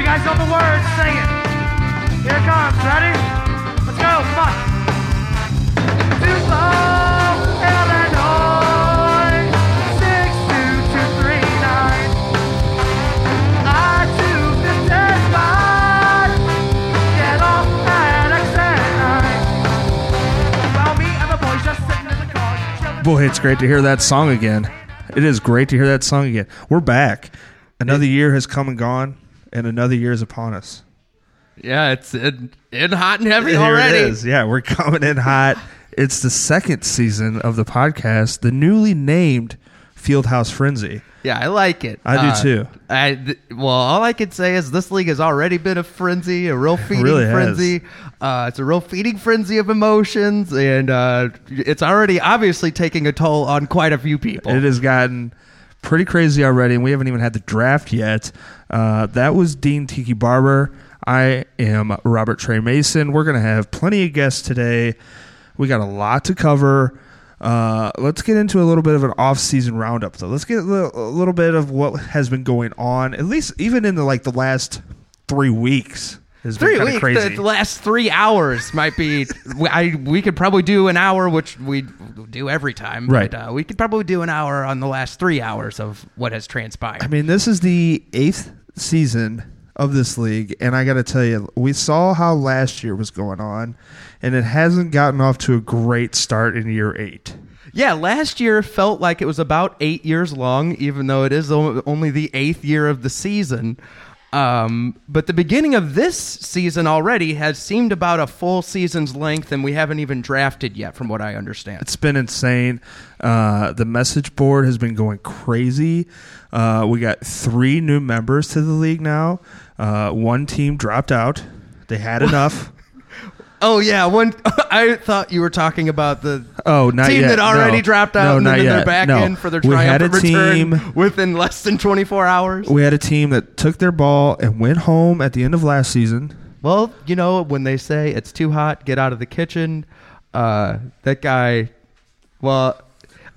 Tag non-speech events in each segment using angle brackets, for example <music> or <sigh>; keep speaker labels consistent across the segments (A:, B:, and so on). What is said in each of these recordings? A: word, sing it. Here it comes, ready? Let's go, come on. Tupelo, Illinois, 62239. I-255, get off at exit nine. Well, me and the boys just sitting in the car, chilling.
B: Boy, it's great to hear that song again. It is great to hear that song again. We're back. Another year has come and gone, and another year is upon us.
C: Yeah, it's it, it hot and heavy
B: Here
C: already.
B: it is. Yeah, we're coming in hot. It's the second season of the podcast, the newly named Fieldhouse Frenzy.
C: Yeah, I like it. Uh,
B: I do too.
C: I th- well, all I can say is this league has already been a frenzy,
B: <laughs>
C: a real feeding
B: really has.
C: frenzy. Uh, it's a real feeding frenzy of emotions, and uh, it's already obviously taking a toll on quite a few people.
B: It has gotten pretty crazy already, and we haven't even had the draft yet. Uh, that was Dean Tiki Barber. I am Robert Trey Mason. We're going to have plenty of guests today. We got a lot to cover. Uh, let's get into a little bit of an off-season roundup, though. Let's get a little, a little bit of what has been going on, at least even in the like the last three weeks. has been
C: Three
B: kinda
C: weeks.
B: crazy.
C: The, the last three hours might be. we- I we could probably do an hour, which we do every time.
B: Right.
C: But, uh, we could probably do an hour on the last three hours of what has transpired.
B: I mean, this is the eighth season of this league, and I got to tell you, we saw how last year was going on, and it hasn't gotten off to a great start in year eight.
C: Yeah, last year felt like it was about eight years long, even though it is o- only the eighth year of the season. Um, but the beginning of this season already has seemed about a full season's length, and we haven't even drafted yet, from what I understand.
B: It's been insane. Uh, the message board has been going crazy. Uh, we got three new members to the league now. Uh, one team dropped out. They had enough.
C: Oh yeah, one. <laughs> I thought you were talking about the <laughs>
B: Oh, not
C: team
B: yet.
C: that already
B: No.
C: dropped
B: No,
C: out, and
B: not
C: then they're
B: yet.
C: back
B: No.
C: in for their
B: We had
C: triumphant
B: a
C: return
B: team-
C: within less than twenty four hours.
B: We had a team that took their ball and went home at the end of last season.
C: Well, you know, when they say it's too hot, get out of the kitchen, uh, that guy, well,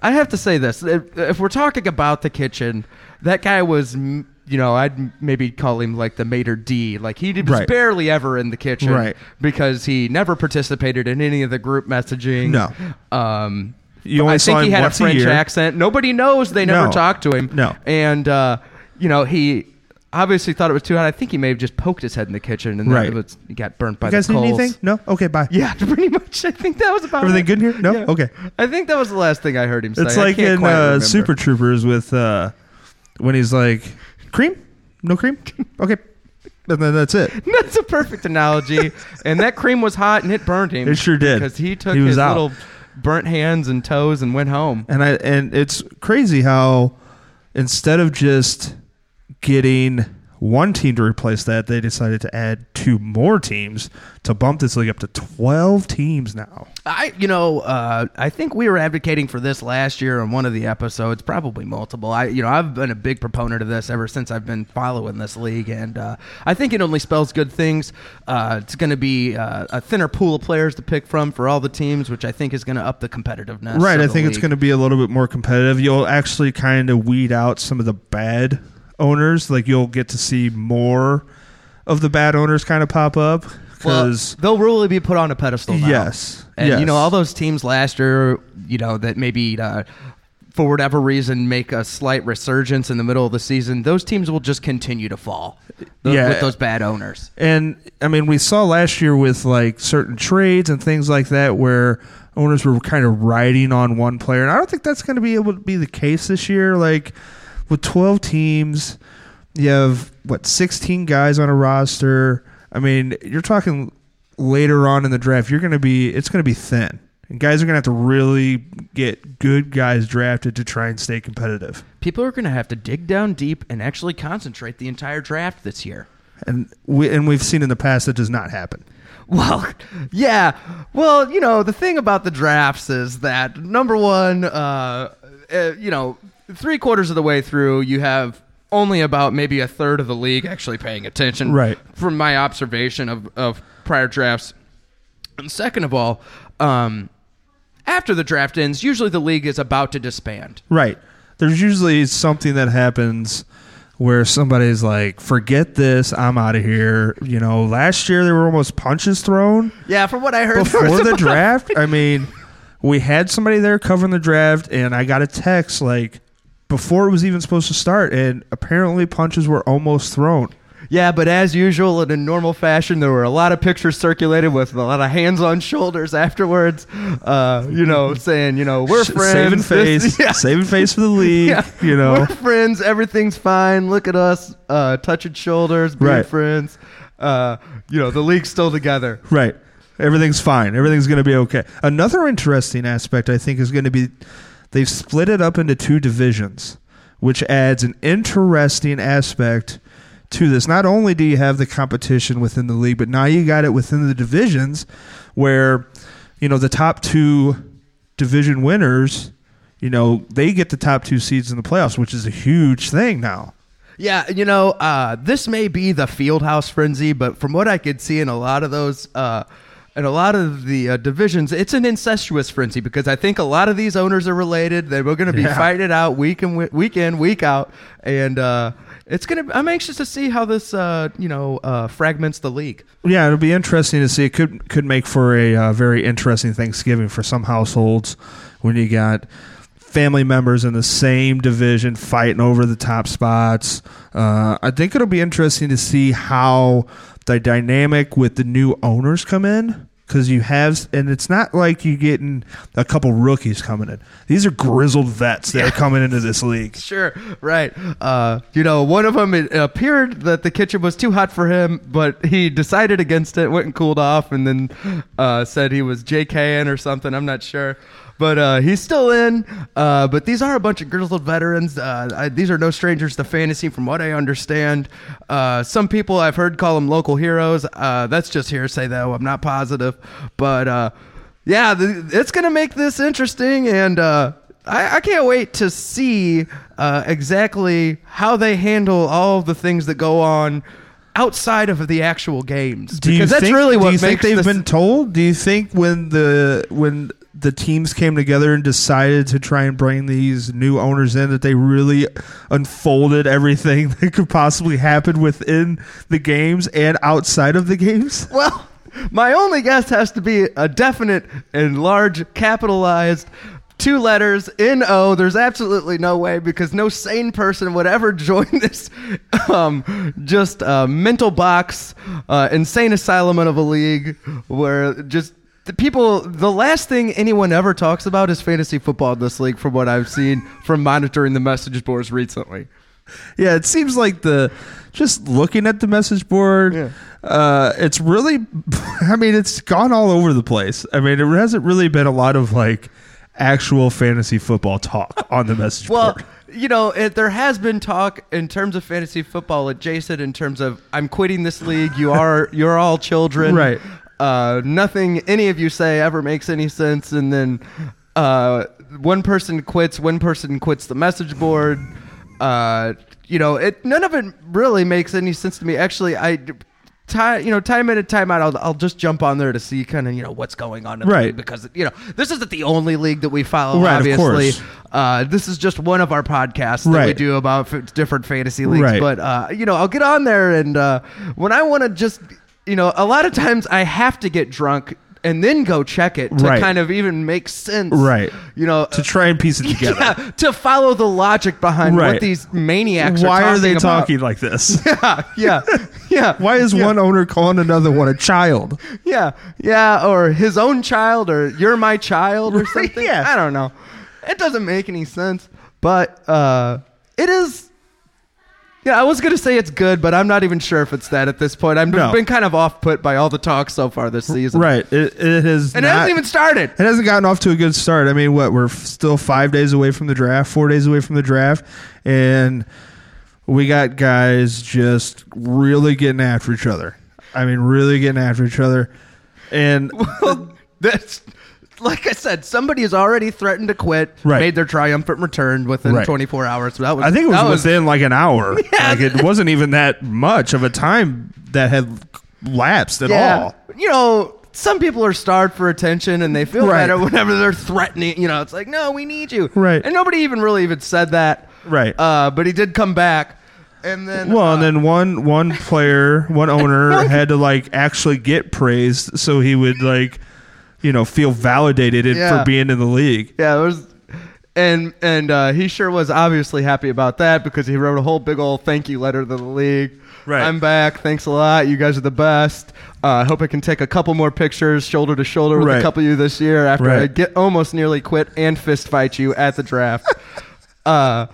C: I have to say this. If, if we're talking about the kitchen, that guy was, m- you know, I'd m- maybe call him like the mater D. Like he was
B: Right.
C: barely ever in the kitchen
B: Right.
C: because he never participated in any of the group messaging.
B: No.
C: Um,
B: You only
C: I
B: saw
C: think he
B: him
C: had a
B: once a
C: French
B: year.
C: accent. Nobody knows. They never
B: No.
C: talked to him.
B: No.
C: And, uh, you know, he obviously thought it was too hot. I think he may have just poked his head in the kitchen and then
B: Right.
C: it was he got burnt by
B: You guys
C: the
B: need
C: coals.
B: anything? No? Okay, bye.
C: <laughs> Yeah, pretty much. I think that was about
B: Everything
C: it.
B: good in here? No? Okay.
C: I think that was the last thing I heard him say.
B: It's
C: I
B: like
C: can't
B: in
C: quite
B: uh,
C: remember. <laughs>
B: Super Troopers with uh, when he's like, cream? No cream? <laughs> Okay. And then that's it.
C: That's a
B: <laughs>
C: perfect analogy. and that cream was hot and it burned him.
B: It sure did.
C: Because he took
B: He was
C: his
B: out.
C: little burnt hands and toes and went home.
B: And I and it's crazy how instead of just getting one team to replace that, they decided to add two more teams to bump this league up to twelve teams now.
C: I, you know, uh, I think we were advocating for this last year on one of the episodes, probably multiple. I, you know, I've been a big proponent of this ever since I've been following this league, and uh, I think it only spells good things. Uh, it's going to be uh, a thinner pool of players to pick from for all the teams, which I think is going to up the competitiveness.
B: Right.
C: of
B: I
C: the
B: think it's
C: league.
B: going to be a little bit more competitive. You'll actually kind of weed out some of the bad owners. Like you'll get to see more of the bad owners kind of pop up
C: Well,
B: because
C: they'll really be put on a pedestal. Now.
B: Yes,
C: and you
B: yes.
C: know all those teams last year, you know that maybe uh, for whatever reason make a slight resurgence in the middle of the season. Those teams will just continue to fall. th-
B: Yeah.
C: with those bad owners.
B: and I mean we saw last year with like certain trades and things like that where owners were kind of riding on one player. And I don't think that's going to be able to be the case this year. Like with twelve teams, you have what sixteen guys on a roster. I mean, you're talking later on in the draft. You're going to be it's going to be thin. And guys are going to have to really get good guys drafted to try and stay competitive.
C: People are going to have to dig down deep and actually concentrate the entire draft this year.
B: And we and we've seen in the past that does not happen.
C: <laughs> Well, yeah. Well, you know, the thing about the drafts is that number one, uh, uh, you know, three quarters of the way through, you have only about maybe a third of the league actually paying attention.
B: Right.
C: From my observation of, of prior drafts. And second of all, um, after the draft ends, usually the league is about to disband.
B: Right. There's usually something that happens where somebody's like, "Forget this, I'm out of here." You know, last year there were almost punches thrown
C: Yeah, from what I heard <laughs> there was
B: before the
C: about-
B: draft. I mean, we had somebody there covering the draft, and I got a text like before it was even supposed to start, and apparently punches were almost thrown.
C: Yeah, but as usual, in a normal fashion, there were a lot of pictures circulated with a lot of hands on shoulders afterwards. Uh, you know, saying, you know, we're
B: Mm-hmm. Sh-
C: friends.
B: saving
C: this-
B: face,
C: <laughs> yeah.
B: saving face for the league.
C: <laughs> Yeah.
B: You know,
C: We're friends. Everything's fine. Look at us, uh, touching shoulders, being
B: Right.
C: friends. Uh, you know, the league's still together.
B: Right. Everything's fine. Everything's going to be okay. Another interesting aspect, I think, is going to be they've split it up into two divisions, which adds an interesting aspect to this. Not only do you have the competition within the league, but now you got it within the divisions where, you know, the top two division winners, you know, they get the top two seeds in the playoffs, which is a huge thing now.
C: Yeah, you know, uh, this may be the field house frenzy, but from what I could see in a lot of those, uh, in a lot of the uh, divisions, it's an incestuous frenzy because I think a lot of these owners are related. They were going to be
B: Yeah.
C: fighting it out week and wi- week in, week out, and uh, it's gonna. I'm anxious to see how this, uh, you know, uh, fragments the league.
B: Yeah, it'll be interesting to see. It could could make for a uh, very interesting Thanksgiving for some households when you got family members in the same division fighting over the top spots. Uh, I think it'll be interesting to see how the dynamic with the new owners come in because you have, and it's not like you getting a couple rookies coming in. These are grizzled vets that are coming into this league.
C: <laughs> Sure, right. Uh, you know, one of them it appeared that the kitchen was too hot for him, but he decided against it, went and cooled off, and then uh, said he was JKN or something. I'm not sure. But uh, he's still in. Uh, but these are a bunch of grizzled veterans. Uh, I, these are no strangers to fantasy, from what I understand. Uh, some people I've heard call them local heroes. Uh, that's just hearsay, though. I'm not positive. But uh, yeah, th- it's going to make this interesting. And uh, I, I can't wait to see uh, exactly how they handle all of the things that go on outside of the actual games.
B: Do you
C: because that's
B: think,
C: really what
B: do you
C: makes
B: think they've
C: this-
B: been told? Do you think when the when the teams came together and decided to try and bring these new owners in that they really unfolded everything <laughs> that could possibly happen within the games and outside of the games? <laughs>
C: <laughs> Well, my only guess has to be a definite and large capitalized two letters N O. There's absolutely no way because no sane person would ever <laughs> join this um, just uh, mental box, uh, insane asylum of a league where just. The people, the last thing anyone ever talks about is fantasy football in this league, from what I've seen from monitoring the message boards recently.
B: Yeah, it seems like the just looking at the message board,
C: Yeah.
B: uh, it's really. <laughs> I mean, it's gone all over the place. I mean, it hasn't really been a lot of like actual fantasy football talk on the message <laughs>
C: Well,
B: board.
C: you know, it, there has been talk in terms of fantasy football adjacent in terms of I'm quitting this league. You are you're all children.
B: Right.
C: Uh, nothing any of you say ever makes any sense, and then uh, one person quits. One person quits the message board. Uh, you know, it none of it really makes any sense to me. Actually, I. Time, you know, time in and time out, I'll, I'll just jump on there to see kind of you know what's going on, in the
B: Right.
C: league Because you know, this isn't the only league that we follow.
B: Right, of
C: obviously,
B: course.
C: uh, this is just one of our podcasts that we
B: Right.
C: do about f- different fantasy leagues.
B: Right.
C: But uh, you know, I'll get on there, and uh, when I want to just, you know, a lot of times I have to get drunk and then go check it to
B: Right.
C: kind of even make sense.
B: Right.
C: You know.
B: to try and piece it together.
C: <laughs> yeah, to follow the logic behind what
B: Right.
C: these maniacs
B: Why
C: are
B: are they
C: about.
B: talking like this?
C: <laughs> Yeah,
B: <laughs>
C: yeah.
B: Why is
C: yeah.
B: one owner calling another one a child?
C: Yeah, yeah, or his own child, or you're my
B: <laughs>
C: child, or something.
B: Yeah.
C: I don't know. It doesn't make any sense, but uh, it is. Yeah, I was gonna say it's good, but I'm not even sure if it's that at this point. I've
B: No.
C: been kind of off put by all the talk so far this season.
B: Right. It, it has
C: and it
B: not,
C: hasn't even started.
B: it
C: <laughs>
B: hasn't gotten off to a good start. I mean, what we're f- still five days away from the draft, four days away from the draft, and we got guys just really getting after each other. I mean, really getting after each other,
C: <laughs>
B: and
C: Well, that's like I said. Somebody has already threatened to quit.
B: Right.
C: Made their triumphant return within
B: Right.
C: 24 hours. So that was.
B: I think it
C: that
B: was within like an hour.
C: <laughs>
B: Like it wasn't even that much of a time that had lapsed at all.
C: You know, some people are starved for attention and they feel
B: Right.
C: better <laughs> whenever they're threatening. You know, it's like, no, we need you.
B: Right.
C: And nobody even really even said that.
B: Right.
C: Uh, but he did come back.
D: and then
B: <laughs> Well,
D: uh,
B: and then one one player,
D: <laughs>
B: one owner had to like actually get praised so he would like, you know, feel validated
C: Yeah.
B: for being in the league.
C: Yeah, it was, and and uh, he sure was obviously happy about that because he wrote a whole big old thank you letter to the league.
B: Right.
C: I'm back. Thanks a lot. You guys are the best. Uh, I hope I can take a couple more pictures, shoulder to shoulder with a
B: Right.
C: couple of you this year after I
B: Right.
C: get almost nearly quit and fist fight you at
B: <laughs>
C: the draft. uh,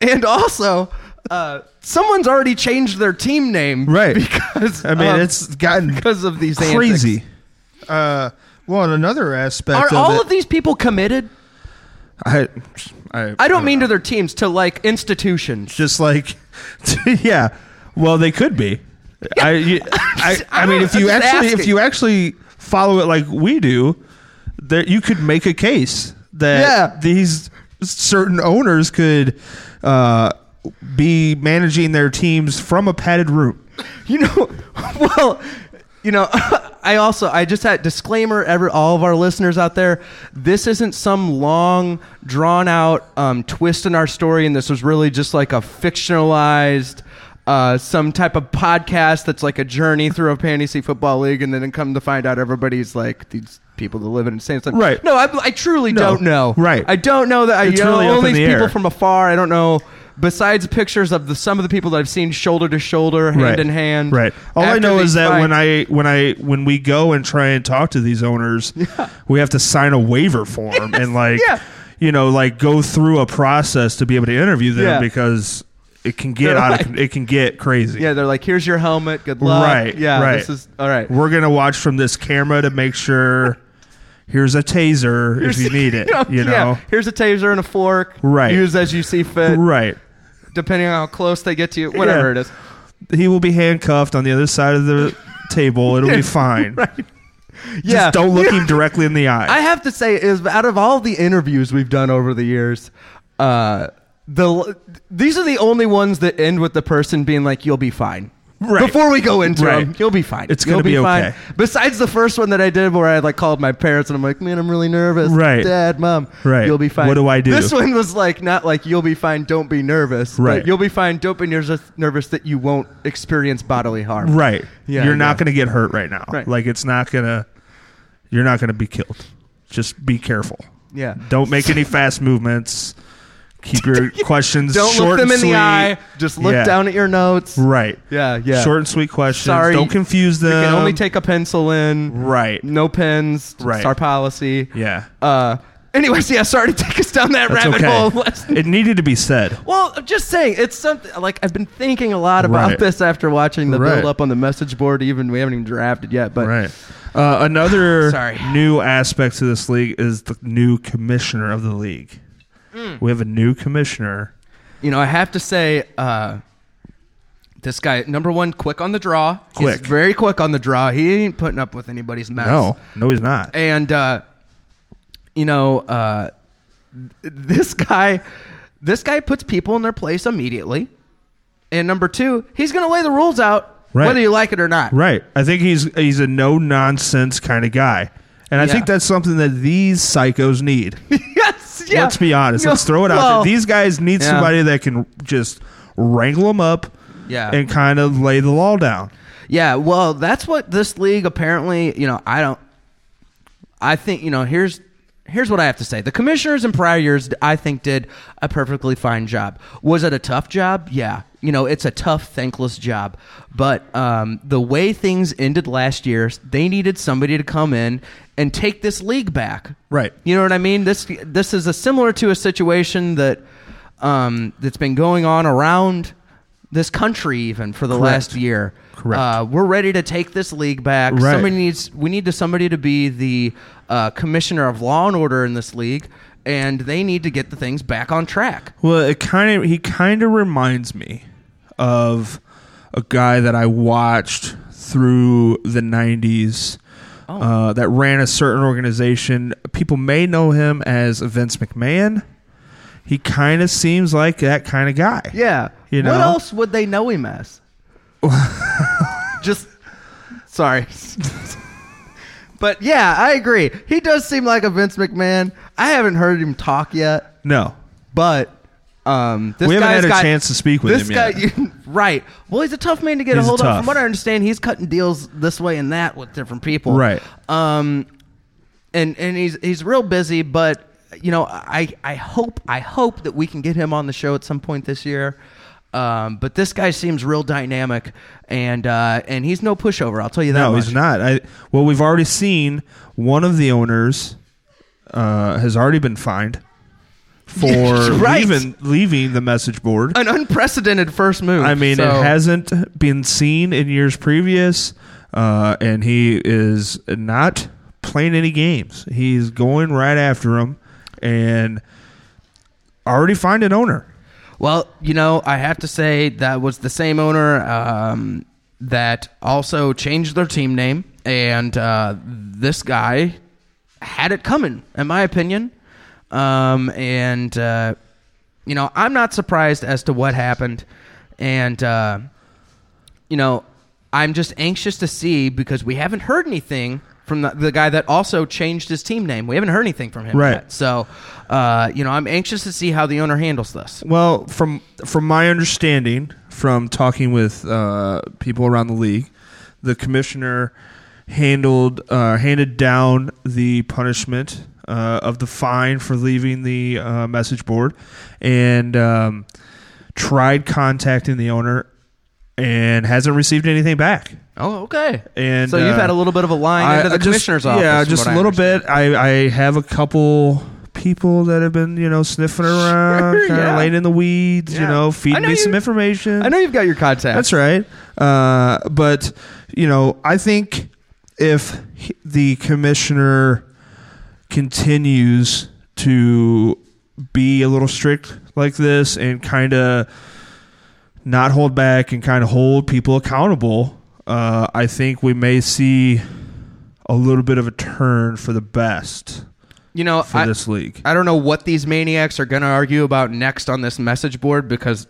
C: and also. Uh, someone's already changed their team name,
B: Right.
C: Because
B: I mean,
D: um,
C: of-
B: it's gotten
C: because of these antics.
B: crazy.
D: uh, well, and another aspect
C: Are
D: of
C: all
D: it,
C: of these people committed?
B: I, I,
C: I don't mean to their teams, to like institutions.
B: just
C: <laughs>
B: like, yeah. Well, they could be. I,
C: <laughs>
B: you- I, I mean, if
C: I'm
B: you
C: just
B: actually, if
C: asking.
B: you actually follow it like we do, that you could make a case that
C: Yeah.
B: these certain owners could uh, be managing their teams from a padded room.
C: You know, <laughs> well, you know, <laughs> I also I just had disclaimer ever all of our listeners out there. This isn't some long drawn out um, twist in our story, and this was really just like a fictionalized. Uh, some type of podcast that's like a journey through a fantasy football league, and then come to find out everybody's like these people that live in insane.
B: Right.
C: No, I, I truly
B: No.
C: don't know.
B: Right.
C: I don't know that. I
B: It's
C: you know,
B: really up
C: all
B: in
C: these
B: the
C: people
B: air.
C: from afar. I don't know. Besides pictures of the some of the people that I've seen shoulder to shoulder, hand in hand.
B: Right. All I
C: After
B: know
C: these
B: is that when
C: fights-
B: I when I when we go and try and talk to these owners,
C: <laughs>
B: we have to sign a waiver form and like
C: yeah.
B: you know like go through a process to be able to interview them
C: Yeah.
B: because it can get
C: <laughs> They're
B: out
C: like-
B: of it can get crazy.
C: yeah, they're like, "Here's your helmet. Good luck."
B: Right,
C: Yeah.
B: right.
C: This is all right.
B: We're gonna watch from this camera to make
C: <laughs>
B: sure. Here's a taser if you need it. You know.
C: Yeah, here's a taser and a fork.
B: Right.
C: Use as you see fit,
B: Right.
C: depending on how close they get to you. Whatever it is.
B: He will be handcuffed on the other side of the table.
C: <laughs>
B: It'll be fine.
C: Yeah.
B: Just don't
C: <laughs>
B: look him directly in the eye.
C: I have to say, is out of all the interviews we've done over the years, uh, the these are the only ones that end with the person being like, "You'll be fine."
B: Right.
C: Before we go into
B: Right.
C: them, you'll be fine.
B: It's
C: You'll
B: gonna be
C: fine.
B: okay.
C: Besides the first one that I did, where I like called my parents and I'm like, "Man, I'm really nervous."
B: Right.
C: Dad, mom.
B: Right.
C: You'll be fine.
B: What do I do?
C: This one was like not like you'll be fine. Don't be nervous. but
B: Right.
C: you'll be fine. Don't be nervous. Nervous that you won't experience bodily harm.
B: Right.
C: Yeah,
B: You're
C: yeah.
B: not going to get hurt right now.
C: Right.
B: Like it's not going to you're not going to be killed. Just be careful.
C: Yeah.
B: Don't make
C: <laughs>
B: any fast movements. Keep your questions
C: Don't
B: short
C: look them
B: and
C: in
B: sweet.
C: the eye. Just look
B: Yeah.
C: down at your notes.
B: Right.
C: Yeah, yeah.
B: Short and sweet questions.
C: Sorry,
B: Don't confuse
C: You
B: them.
C: can only take a pencil in.
B: Um, Right.
C: No pens.
B: Right.
C: It's our policy. <laughs>
B: Yeah.
C: Uh. Anyways, yeah. Sorry to take us down that
B: That's
C: rabbit
B: okay.
C: hole. Let's-
B: It needed to be said.
C: well, I'm just saying, it's something like I've been thinking a lot about
B: Right.
C: this after watching the
B: Right.
C: build up on the message board. Even we haven't even drafted yet, but
B: Right. Uh, another
C: <laughs> Sorry.
B: new aspect to this league is the new commissioner of the league.
C: Mm.
B: We have a new commissioner.
C: you know, I have to say, uh, this guy number one, quick on the draw.
B: Quick.
C: He's very quick on the draw. He ain't putting up with anybody's mess.
B: No, no, he's not.
C: and uh, you know uh, th- this guy this guy puts people in their place immediately and number two he's going to lay the rules out
B: Right.
C: whether you like it or not
B: Right. I think he's he's a no nonsense kind of guy. And I
C: Yeah.
B: think that's something that these psychos need.
C: <laughs> yes <laughs> yeah.
B: Let's be honest.
C: No,
B: Let's throw it out
C: well,
B: there. These guys need
C: Yeah.
B: somebody that can just wrangle them up
C: Yeah.
B: and kind of lay the law down.
C: yeah well that's what this league apparently you know i don't i think you know here's here's what i have to say the commissioners in prior years i think did a perfectly fine job was it a tough job yeah you know it's a tough thankless job but um, the way things ended last year they needed somebody to come in and take this league back
B: Right.
C: you know what i mean this this is a similar to a situation that um, that's been going on around this country even for the
B: Correct.
C: last year
B: Correct.
C: uh, we're ready to take this league back
B: Right.
C: somebody needs we need to somebody to be the uh, commissioner of law and order in this league and they need to get the things back on track
B: Well, it kind of he kind of reminds me of a guy that I watched through the '90s
C: Oh.
B: uh, that ran a certain organization. People may know him as Vince McMahon. He kind of seems like that kind of guy.
C: yeah
B: You know?
C: what else would they know him
B: <laughs>
C: as just sorry but yeah i agree he does seem like a vince mcmahon i haven't heard him talk yet
B: No.
C: but Um, this
B: We haven't
C: guy's
B: had a
C: got-
B: chance to speak with
C: this
B: him
C: guy,
B: yet.
C: <laughs> right? Well, he's a tough man to get
B: He's
C: a hold of.
B: tough.
C: From what I understand, he's cutting deals this way and that with different people,
B: Right.
C: Um, and and he's he's real busy, but you know, I I hope I hope that we can get him on the show at some point this year. Um, but this guy seems real dynamic, and uh, and he's no pushover. I'll tell you that.
B: No,
C: much.
B: he's not. I well, we've already seen one of the owners uh, has already been
C: <laughs>
B: fined for
C: Right.
B: leaving leaving the message board.
C: An unprecedented first move.
B: I mean,
C: so-
B: it hasn't been seen in years previous, uh, and he is not playing any games. He's going right after him, and already find an owner.
C: Well, you know, I have to say that was the same owner um, that also changed their team name, and uh, this guy had it coming, in my opinion. Um, and uh, you know, I'm not surprised as to what happened, and uh, you know, I'm just anxious to see because we haven't heard anything from the, the guy that also changed his team name. We haven't heard anything from him
B: Right.
C: yet. So, uh, you know, I'm anxious to see how the owner handles this.
B: Well, from from my understanding, from talking with uh, people around the league, the commissioner handled uh, handed down the punishment uh, of the fine for leaving the uh, message board, and um, tried contacting the owner, and hasn't received anything back.
C: Oh, okay.
B: And,
C: so you've
B: uh,
C: had a little bit of a line into the
B: just-
C: commissioner's office.
B: Yeah,
C: from
B: just
C: what
B: a
C: I
B: little
C: understand.
B: bit. I, I have a couple people that have been, you know,
C: <laughs>
B: sniffing around, kind of
C: yeah.
B: laying in the weeds, you
C: Yeah.
B: know,
C: I
B: feeding
C: know
B: me
C: you-
B: some information.
C: I know you've got your contact.
B: That's right. Uh, but, you know, I think if he- the commissioner continues to be a little strict like this and kind of not hold back and kind of hold people accountable, uh, I think we may see a little bit of a turn for the best
C: You know,
B: for
C: I,
B: this league.
C: I don't know what these maniacs are going to argue about next on this message board because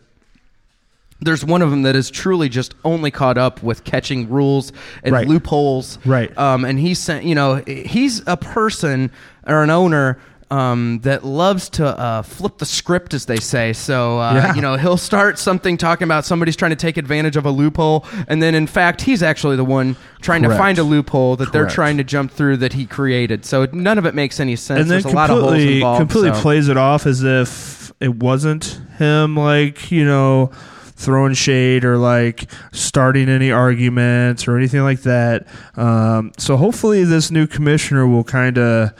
C: there's one of them that is truly just only caught up with catching rules and
B: Right.
C: loopholes.
B: Right.
C: Um, and he's sent, you know, he's a person or an owner. Um, that loves to uh, flip the script, as they say. So uh,
B: Yeah.
C: you know he'll start something talking about somebody's trying to take advantage of a loophole, and then in fact he's actually the one trying to
B: Correct.
C: find a loophole that they're
B: Correct.
C: trying to jump through that he created. So none of it makes any sense
B: and then
C: there's a lot of holes
B: completely
C: involved.
B: completely
C: so.
B: plays it off as if it wasn't him like you know throwing shade or like starting any arguments or anything like that um, so hopefully this new commissioner will kind of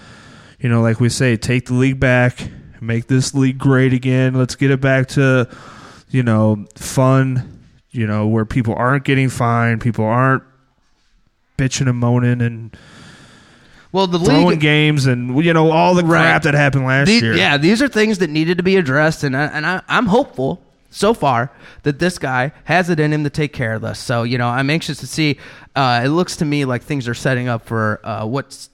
B: you know like we say take the league back make this league great again let's get it back to you know fun you know where people aren't getting fined people aren't bitching and moaning and
C: Well, the
B: throwing
C: league.
B: games and you know all the crap
C: Right.
B: that happened last
C: the-
B: year
C: yeah, these are things that needed to be addressed, and I, and I, I'm hopeful so far that this guy has it in him to take care of this. So you know, I'm anxious to see. Uh, it looks to me like things are setting up for uh, what's.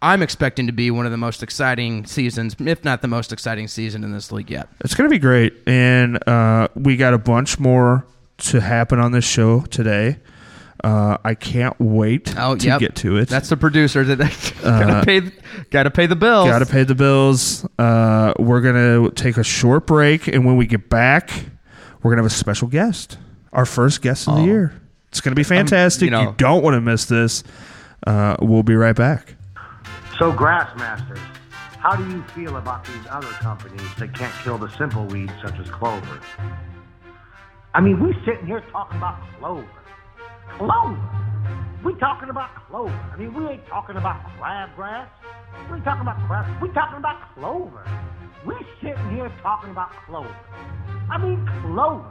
C: I'm expecting to be one of the most exciting seasons, if not the most exciting season in this league yet.
B: It's going to be great. And uh, we got a bunch more to happen on this show today. Uh, I can't wait
C: Oh,
B: to
C: yep.
B: get to it.
C: That's the producer that <laughs> gotta
B: Uh,
C: pay, gotta pay the bills.
B: Got to pay the bills. Uh, we're going to take a short break. And when we get back, we're going to have a special guest, our first guest of the
C: Oh.
B: year. It's going to be fantastic.
C: you know-
B: you don't want to miss this. Uh, we'll be right back.
E: So, Grassmasters, how do you feel about these other companies that can't kill the simple weeds such as clover? I mean, we sitting here talking about clover. Clover! We talking about clover. I mean, we ain't talking about crabgrass. We ain't talking about crab. We talking about clover. We sitting here talking about clover. I mean, clover.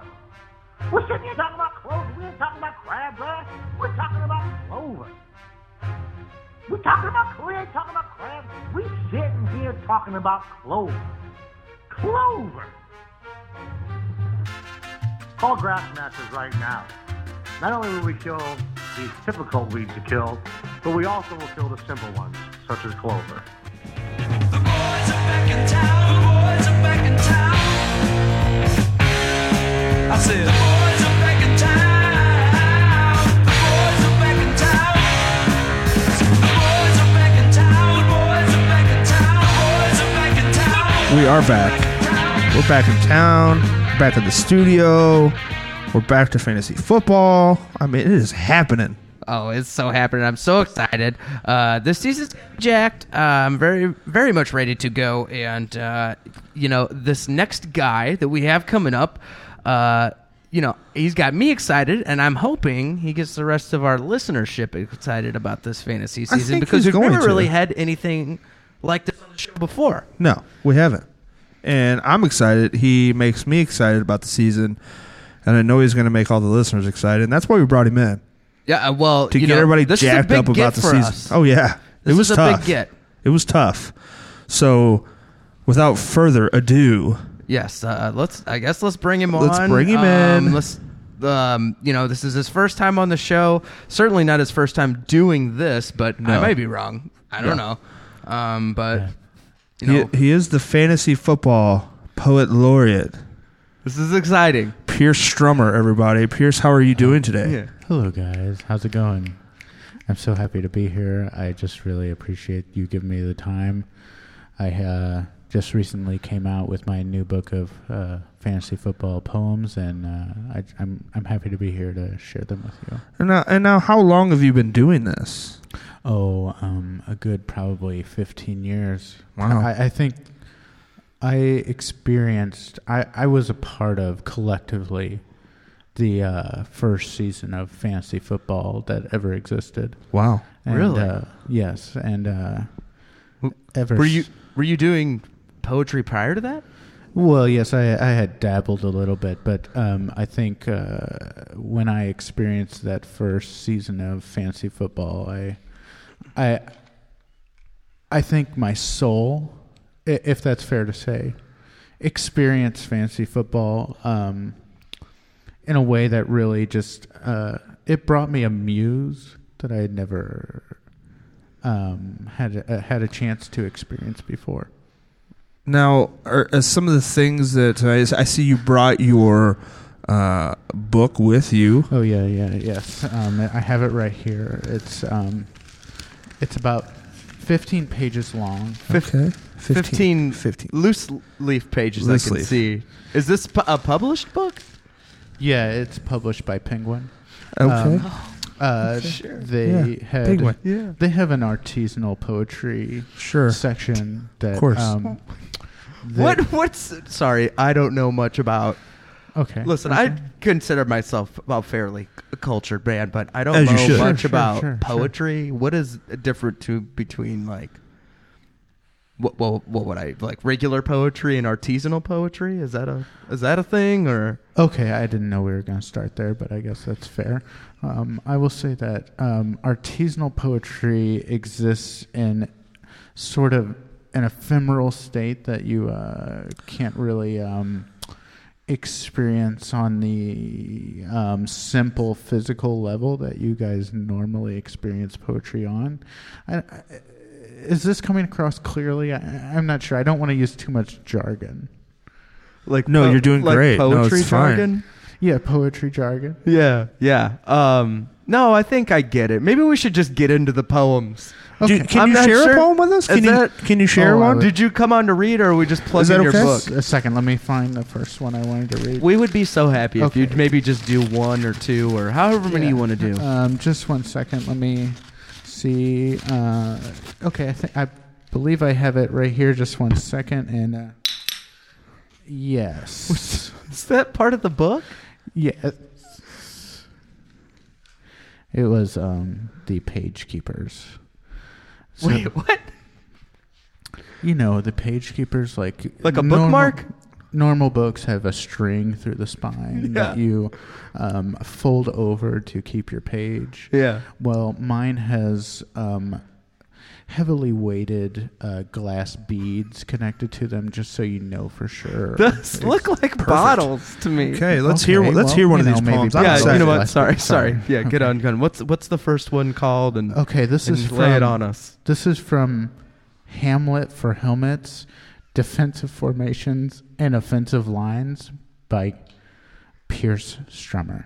E: We're sitting here talking about clover. We ain't talking about crabgrass. We're talking about clover. We're talking about we ain't talking about crabs. We sitting here talking about clover. Clover. Call Grassmasters right now. Not only will we kill these difficult weeds to kill, but we also will kill the simple ones, such as clover.
F: The boys are back in town. The boys are back in town. I said, the boys are back in town. The boys are back in town. The boys are back in town. The boys are back in town. The boys are back in town.
B: We are back.
F: Town.
B: We're back in town. We're back at the studio. We're back to fantasy football. I mean, it is happening.
C: Oh, it's so happening. I'm so excited. Uh, this season's jacked. Uh, I'm very, very much ready to go. And, uh, you know, this next guy that we have coming up, uh, you know, he's got me excited, and I'm hoping he gets the rest of our listenership excited about this fantasy season
B: think
C: because
B: he's
C: we've
B: going
C: never
B: to.
C: really had anything like this on the show before.
B: No, we haven't. And I'm excited. He makes me excited about the season. And I know he's going to make all the listeners excited. And that's why we brought him in
C: Yeah, uh, well,
B: to
C: you
B: get
C: know,
B: everybody
C: this is a
B: jacked
C: big
B: up
C: get
B: about the
C: for
B: season.
C: us.
B: Oh, yeah.
C: This
B: it was
C: is a
B: tough.
C: big get.
B: It was tough. So, without further ado,
C: Yes, uh, let's. I guess let's bring him on.
B: Let's bring him
C: um,
B: in.
C: Let's. Um, you know, this is his first time on the show. Certainly not his first time doing this, but I
B: No.
C: might be wrong. I don't know. Um, but you know,
B: he, he is the fantasy football poet laureate.
C: this is exciting.
B: Pierce Strummer, everybody. Pierce, how are you doing today?
G: Hello, guys. How's it going? I'm so happy to be here. I just really appreciate you giving me the time. I uh, just recently came out with my new book of uh, fantasy football poems, and uh, I, I'm I'm happy to be here to share them with you.
B: And now, and now, how long have you been doing this?
G: Oh, um, a good probably 15 years.
B: Wow.
G: I, I think I experienced, I, I was a part of collectively the uh, first season of fantasy football that ever existed.
B: Wow.
G: And,
C: Really?
G: Uh, yes. And uh, ever.
C: Were you
G: s-
C: were you doing poetry prior to that?
G: Well, yes, I, I had dabbled a little bit, but um, I think uh, when I experienced that first season of fantasy football, I, I, I think my soul, i- if that's fair to say, experienced fantasy football um, in a way that really just uh, it brought me a muse that I had never um, had a, had a chance to experience before.
B: Now, are, are some of the things that I, I see you brought your uh, book with you.
G: Oh yeah, yeah, yes. Um, I have it right here. It's um, it's about fifteen pages long.
B: Okay.
C: 15,
B: 15.
C: loose leaf pages
B: Loose
C: I can
B: leaf.
C: see. Is this pu- a published book?
G: Yeah, it's published by Penguin.
B: Okay.
G: Um, Uh, They
B: Yeah,
G: had
B: Penguin. Yeah.
G: they have an artisanal poetry
B: Sure.
G: section that
B: Of course.
G: Um, that-
C: What what's sorry, I don't know much about
G: Okay.
C: Listen, I consider myself a fairly c- cultured man, but I don't
B: As you
C: know
B: should.
C: much
G: Sure, sure,
C: about
G: sure, sure.
C: poetry. What is different to between like what, what what would I like regular poetry and artisanal poetry? Is that a is that a thing or
G: Okay, I didn't know we were going to start there, but I guess that's fair. Um, I will say that um, artisanal poetry exists in sort of an ephemeral state that you uh, can't really um, experience on the um, simple physical level that you guys normally experience poetry on. I, I, is this coming across clearly? I, I'm not sure. I don't want to use too much jargon.
C: like
B: No,
C: po-
B: you're doing
C: like
B: great. No,
C: Poetry
B: it's fine.
C: jargon?
G: Yeah, poetry jargon.
C: Yeah, yeah. Um, no, I think I get it. Maybe we should just get into the poems.
B: Do- can
C: I'm
B: you
C: not
B: share
C: sure.
B: a poem with us?
C: Is
B: Can you,
C: that-
B: can you share
G: Oh, I
B: one?
G: would-
C: Did you come on to read, or are we just plugging
B: that
C: your
B: okay?
C: book?
G: A second, let me find the first one I wanted to read.
C: We would be so happy
G: Okay.
C: if you'd maybe just do one or two or however many
G: Yeah.
C: you want to do.
G: Um, just one second, let me see. Uh, okay, I, think I believe I have it right here. Just one second, and uh, yes,
C: Is that part of the book?
G: yes. It was um, the page keepers. So,
C: Wait, what?
G: you know the page keepers like
C: Like a
G: normal-
C: bookmark?
G: normal books have a string through the
C: <laughs>
G: spine that
C: Yeah.
G: you um, fold over to keep your page.
C: Yeah.
G: Well, mine has um, heavily weighted uh, glass beads connected to them, just so you know for sure.
C: <laughs> Those look like bottles to me.
B: okay, let's
G: Okay,
B: hear one- let's
G: well,
B: hear one
G: you
B: of these
G: know, maybe
B: poems. I'm
G: bottles.
C: Yeah, you
B: excited.
C: know what?
G: Glass
C: Sorry,
G: beads,
C: sorry.
G: sorry.
C: Yeah, get on gun. What's what's the first one called? And
G: Okay, this
C: and
G: is
C: lay it
G: from-
C: on us.
G: This is from Hamlet for Helmets, Defensive Formations and Offensive Lines by Pierce Strummer.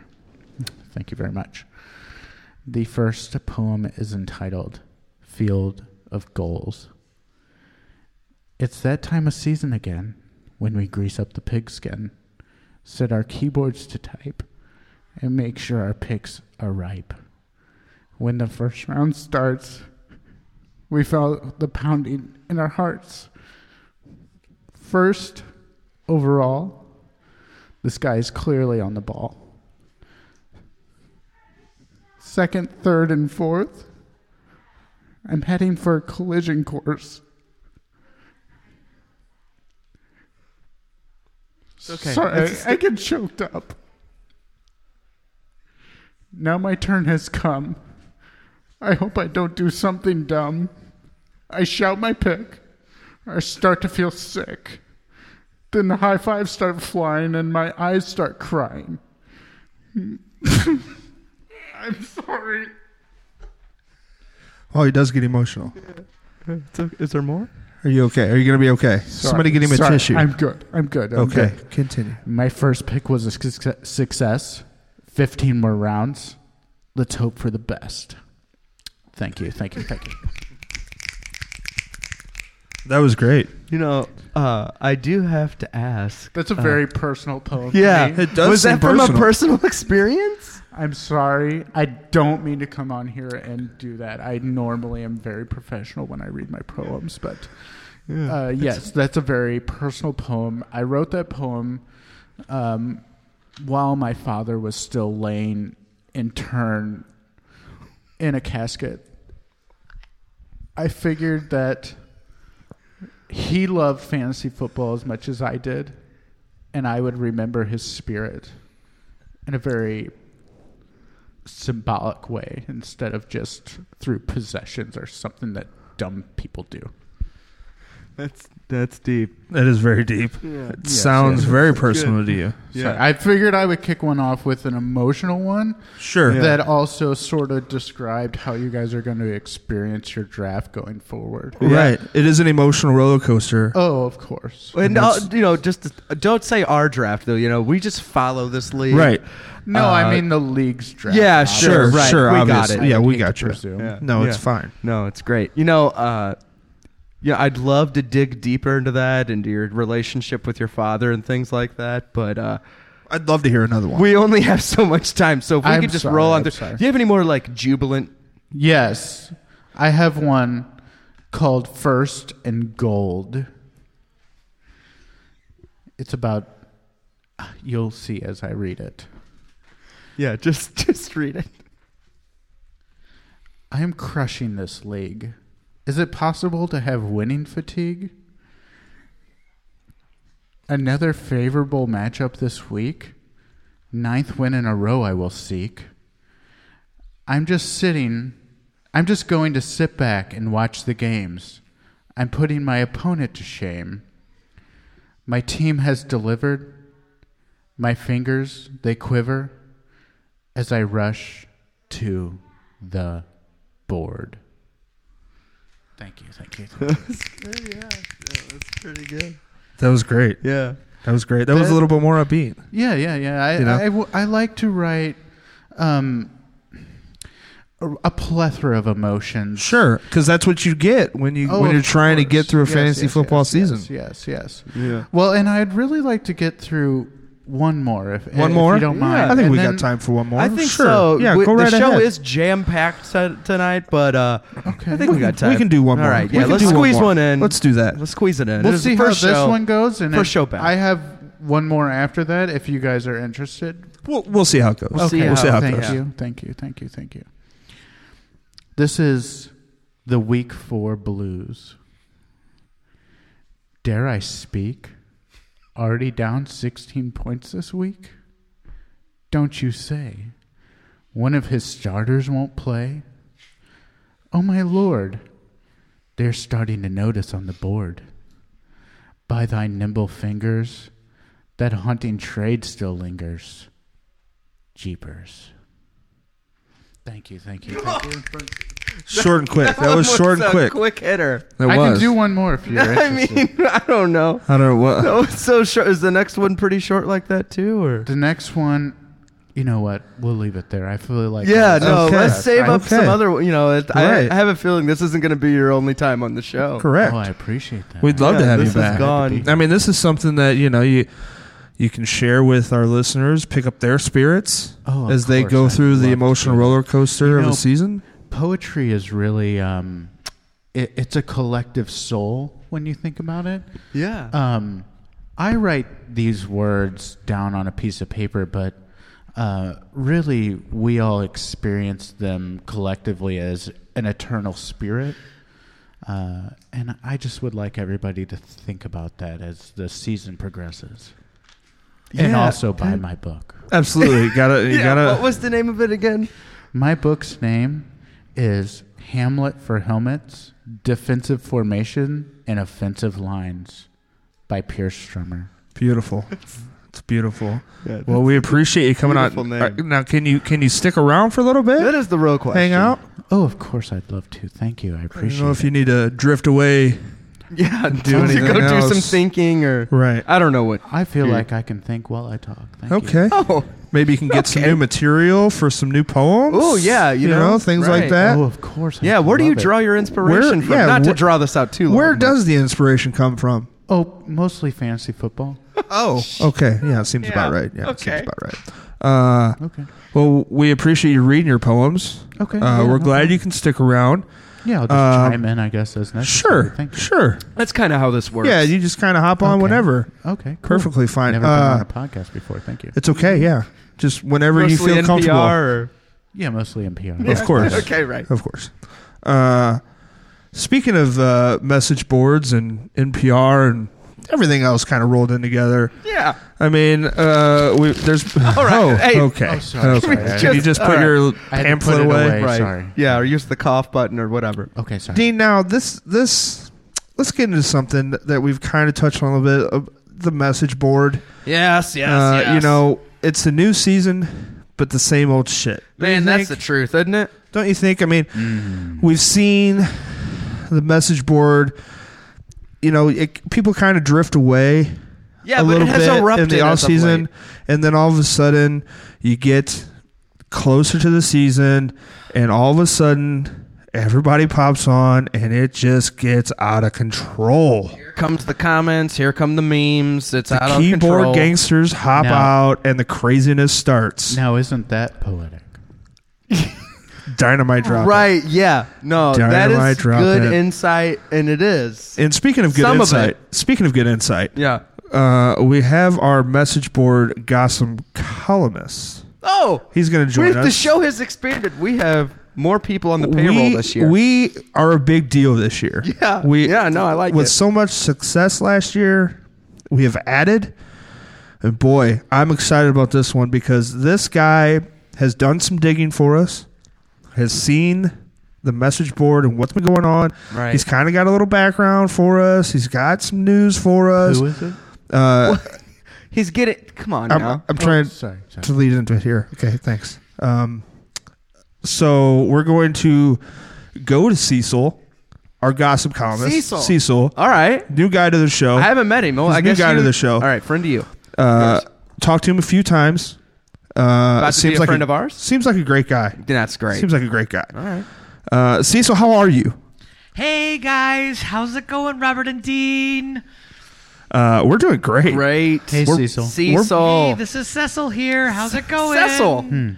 G: Thank you very much. The first poem is entitled Field of Goals. It's that time of season again when we grease up the pigskin, set our keyboards to type, and make sure our picks are ripe. When the first round starts, we felt the pounding in our hearts. First, overall, this guy is clearly on the ball. Second, third, and fourth, I'm heading for a collision course.
C: okay.
G: Sorry, I get choked up. Now my turn has come. I hope I don't do something dumb. I shout my pick. I start to feel sick. Then the high fives start flying and my eyes start crying. <laughs> I'm sorry.
B: Oh, he does get emotional.
C: Is there more?
B: Are you okay? Are you going to be okay? Somebody get him a
G: Sorry,
B: tissue.
G: I'm good. I'm good. I'm
B: okay,
G: good.
B: continue.
G: My first pick was a succe- success. 15 more rounds. Let's hope for the best. Thank you. Thank you. Thank you.
B: That was great.
C: You know, uh, I do have to ask. uh,
G: That's a very personal poem. to
C: Yeah,
G: me.
B: It does
C: was
B: seem
C: that from
B: personal.
C: a personal <laughs> experience?
G: I'm sorry. I don't mean to come on here and do that. I normally am very professional when I read my poems, but uh, yes, that's a very personal poem. I wrote that poem um, while my father was still laying in turn in a casket. I figured that he loved fantasy football as much as I did, and I would remember his spirit in a very symbolic way instead of just through possessions or something that dumb people do.
C: That's that's deep.
B: That is very deep. It sounds very personal to you.
G: So I figured I would kick one off with an emotional one
B: Sure.
G: that also sort of described how you guys are going to experience your draft going forward.
B: Right. It is an emotional roller coaster.
G: Oh, of course.
C: And uh, you know, just uh, don't say our draft though. You know, we just follow this league,
B: Right.
G: No,
C: Uh,
G: I mean the league's draft.
C: yeah,
B: Sure,
C: sure, right,
B: sure,
C: we got
B: obviously.
C: it.
B: Yeah, we
G: Hate to
B: got you.
G: presume.
C: Yeah.
B: No, it's
C: Yeah.
B: fine.
C: No, it's great. You know, uh, yeah, I'd love to dig deeper into that, into your relationship with your father and things like that, but uh,
B: I'd love to hear another one.
C: we only have so much time, so if we
G: I'm
C: could just
G: sorry,
C: roll on.
G: I'm
C: through-
G: sorry.
C: Do you have any more like jubilant?
G: Yes. I have one called First and Gold. It's about, you'll see as I read it.
C: Yeah, just <laughs> just read it.
G: I am crushing this league. Is it possible to have winning fatigue? Another favorable matchup this week. Ninth win in a row I will seek. I'm just sitting. I'm just going to sit back and watch the games. I'm putting my opponent to shame. My team has delivered. My fingers, they quiver as I rush to the board. Thank you, thank you. Thank you.
C: Pretty good.
B: That was great.
C: Yeah.
B: That was great. That was a little bit more upbeat.
G: <laughs> yeah, yeah, yeah. I,
B: You know?
G: I w- I like to write um, a, a plethora of emotions.
B: Sure, because that's what you get when you
G: Oh,
B: when
G: of
B: you're trying to
G: course.
B: get through a
G: Yes,
B: fantasy
G: yes,
B: football
G: yes,
B: season.
G: Yes, yes, yes.
C: Yeah.
G: Well, and I'd really like to get through one more, if
B: One
G: if
B: more.
G: you don't mind.
B: I think
G: And
B: we
G: then-
B: got time for one more.
C: I think
B: sure.
C: so.
B: Yeah,
C: We-
B: go right
C: the show
B: ahead.
C: is jam packed tonight, but uh,
G: Okay.
C: I think we got time.
B: We can do one more.
C: All right,
B: We
C: yeah,
B: can
C: let's
B: do one
C: squeeze
B: more.
C: one, in.
B: Let's do that.
C: Let's squeeze it in.
G: We'll
C: It is the
G: see how this
C: first show. <laughs>
G: one goes, and
C: First
G: if-
C: show back.
G: I have one more after that. If you guys are interested,
B: We'll, we'll see how it goes.
C: We'll see
B: We'll
C: how-
B: see how it
G: thank
B: goes.
G: you, thank you, thank you, thank you. This is the week four blues. Dare I speak? Already down 16 points this week? Don't you say. One of his starters won't play? Oh, my lord. They're starting to notice on the board. By thy nimble fingers, that haunting trade still lingers. Jeepers. Thank you, thank you, thank you.
B: Short and quick. That was short and
C: a
B: quick.
C: Quick hitter.
B: That
G: I can
B: was.
G: do one more if <laughs> you're
C: I
G: interested.
C: mean, <laughs> I don't know. <laughs>
B: I don't know what.
C: Oh, it's so short. Is the next one pretty short like that too, or
G: the next one you know what? We'll leave it there. I feel like
C: Yeah,
G: I'm-
C: no,
B: Okay.
C: let's save up
B: Okay.
C: some other. You know, it,
B: Right.
C: I, I have a feeling this isn't going to be your only time on the show.
B: Correct.
G: Oh, I appreciate that.
B: We'd love
C: Yeah,
B: to have
C: this
B: you
C: is
B: back.
C: gone.
B: I mean, this is something that you know you you can share with our listeners, pick up their spirits
G: Oh, of
B: as they go
G: course. I'd
B: through
G: love
B: the
G: to
B: emotional
G: do that.
B: roller coaster
G: You
B: of
G: know-
B: a season.
G: poetry is really um, it, it's a collective soul when you think about it.
C: Yeah.
B: Uh,
G: Um, I write these words down on a piece of paper, but uh, really, we all experience them collectively as an eternal spirit. Uh, and I just would like everybody to think about that as the season progresses, and
C: Yeah.
G: also buy my book.
B: <laughs> Absolutely, you gotta <laughs> you
C: Yeah,
B: gotta.
C: what was the name of it again?
G: My book's name is Hamlet for Helmets Defensive Formation and Offensive Lines by Pierce Strummer.
B: Beautiful. It's beautiful.
C: Yeah, that's
B: well, we appreciate you coming out.
C: beautiful
B: Uh,
C: name.
B: Now, can you can you stick around for a little bit?
C: That is the real question.
B: Hang out.
G: Oh, of course, I'd love to. Thank you. I
B: I don't
G: appreciate
B: know if
G: it.
B: you need to drift away.
C: <laughs> Yeah, do
B: anything
C: go do some
B: else.
C: thinking or
B: Right.
C: I don't know what.
G: I feel
C: Yeah.
G: like I can think while I talk. Thank you.
B: Okay.
C: Oh,
B: Maybe you can get some new material for some new poems.
C: Oh, yeah, you know,
B: things
C: right.
B: like that.
G: Oh, of course. I
C: yeah. Where do you
G: love it.
C: draw your inspiration
B: Where-
C: from?
B: yeah,
C: Not to
B: wh-
C: draw this out too long.
B: Where
C: but-
B: does the inspiration come from?
G: Oh, mostly fantasy football.
B: Oh, okay. Yeah, it seems about
C: Yeah.
B: right. Yeah,
C: Okay.
B: it seems about right. Uh,
G: Okay.
B: well, we appreciate you reading your poems.
G: Okay,
B: Uh,
G: yeah,
B: we're
G: no
B: glad
G: problem.
B: you can stick around.
G: Yeah, I'll just
B: Um,
G: chime in, I guess, as necessary.
B: Sure.
G: Thank you.
B: Sure.
C: That's kind of how this works.
B: Yeah, you just kind of hop on
G: Okay.
B: whenever.
G: Okay. cool.
B: Perfectly fine.
G: Never
B: Uh,
G: been on a podcast before. Thank you.
B: It's okay. Yeah. Just whenever
C: Mostly
B: you feel
C: NPR
B: comfortable.
C: or-
G: Yeah, mostly in
B: <laughs>
G: PR.
B: Of course.
C: okay, right.
B: Of course. Uh, speaking of uh, message boards and NPR and everything else kind of rolled in together.
C: Yeah.
B: I mean, uh, we, there's. <laughs> All
C: right.
B: Oh,
C: Hey.
B: okay.
G: Oh, sorry.
B: Okay.
G: Just-
B: Can you just
C: all
B: put
C: right.
B: your
G: I had to put
B: pamphlet
G: it
B: away?
G: away.
C: Right.
G: Sorry.
C: Yeah, or use the cough button or whatever.
G: Okay, sorry.
B: Dean, now this this let's get into something that we've kind of touched on a little bit. Uh, the message board.
C: Yes, yes,
B: Uh, You know, it's a new season, but the same old shit.
C: man,
B: Don't you
C: that's the
B: think?
C: truth, isn't it?
B: Don't you think? I mean, we've seen the message board. You know, it, people kind of drift away
C: Yeah,
B: a
C: but
B: little
C: it has
B: bit
C: erupted
B: in the
C: as
B: off
C: of
B: season,
C: late.
B: and then all of a sudden you get closer to the season, and all of a sudden everybody pops on, and it just gets out of control.
C: Here comes the comments. Here come the memes. It's out of
B: Keyboard
C: control.
B: gangsters hop
G: Now-
B: out, and the craziness starts.
G: Now, isn't that poetic?
B: Dynamite drop. it.
C: Right? Yeah. No, that
B: Dynamite
C: is
B: drop
C: good
B: it.
C: insight, and it is.
B: And speaking of good
C: Some of
B: insight,
C: it.
B: speaking of good insight,
C: yeah.
B: uh, we have our message board Gossam columnist.
C: Oh,
B: He's going to join
C: we have
B: us.
C: the show has expanded. We have more people on the payroll
B: we,
C: this year.
B: We are a big deal this year.
C: Yeah.
B: We
C: Yeah, no, I like
B: with
C: it.
B: so much success last year, we have added. And boy, I'm excited about this one because this guy has done some digging for us, has seen the message board and what's been going on.
C: Right.
B: He's kind of got a little background for us. He's got some news for us.
G: Who is it?
C: <laughs>
B: Uh,
C: He's getting. Come on
B: I'm,
C: now.
B: I'm trying
G: Sorry. sorry.
B: to lead into it here. Okay, thanks. Um, so we're going to go to Cecil, our gossip columnist.
C: Cecil.
B: Cecil,
C: All right.
B: new guy to the show.
C: I haven't met him. Well,
B: He's
C: I
B: a new
C: guess
B: guy
C: you,
B: to the show.
C: All right, friend to you.
B: uh,
C: Yes.
B: talked to him a few times. Uh,
C: About to be a
B: like
C: friend of ours?
B: Seems like a great guy.
C: That's great.
B: Seems like a great guy.
C: all right.
B: Uh, Cecil, how are you?
F: Hey guys, how's it going, Robert and Dean?
B: Uh, we're doing great.
C: Great.
G: Hey,
B: We're-
G: Cecil.
F: Hey,
C: Cecil.
F: this is Cecil here. How's it going?
C: Oh. Cecil.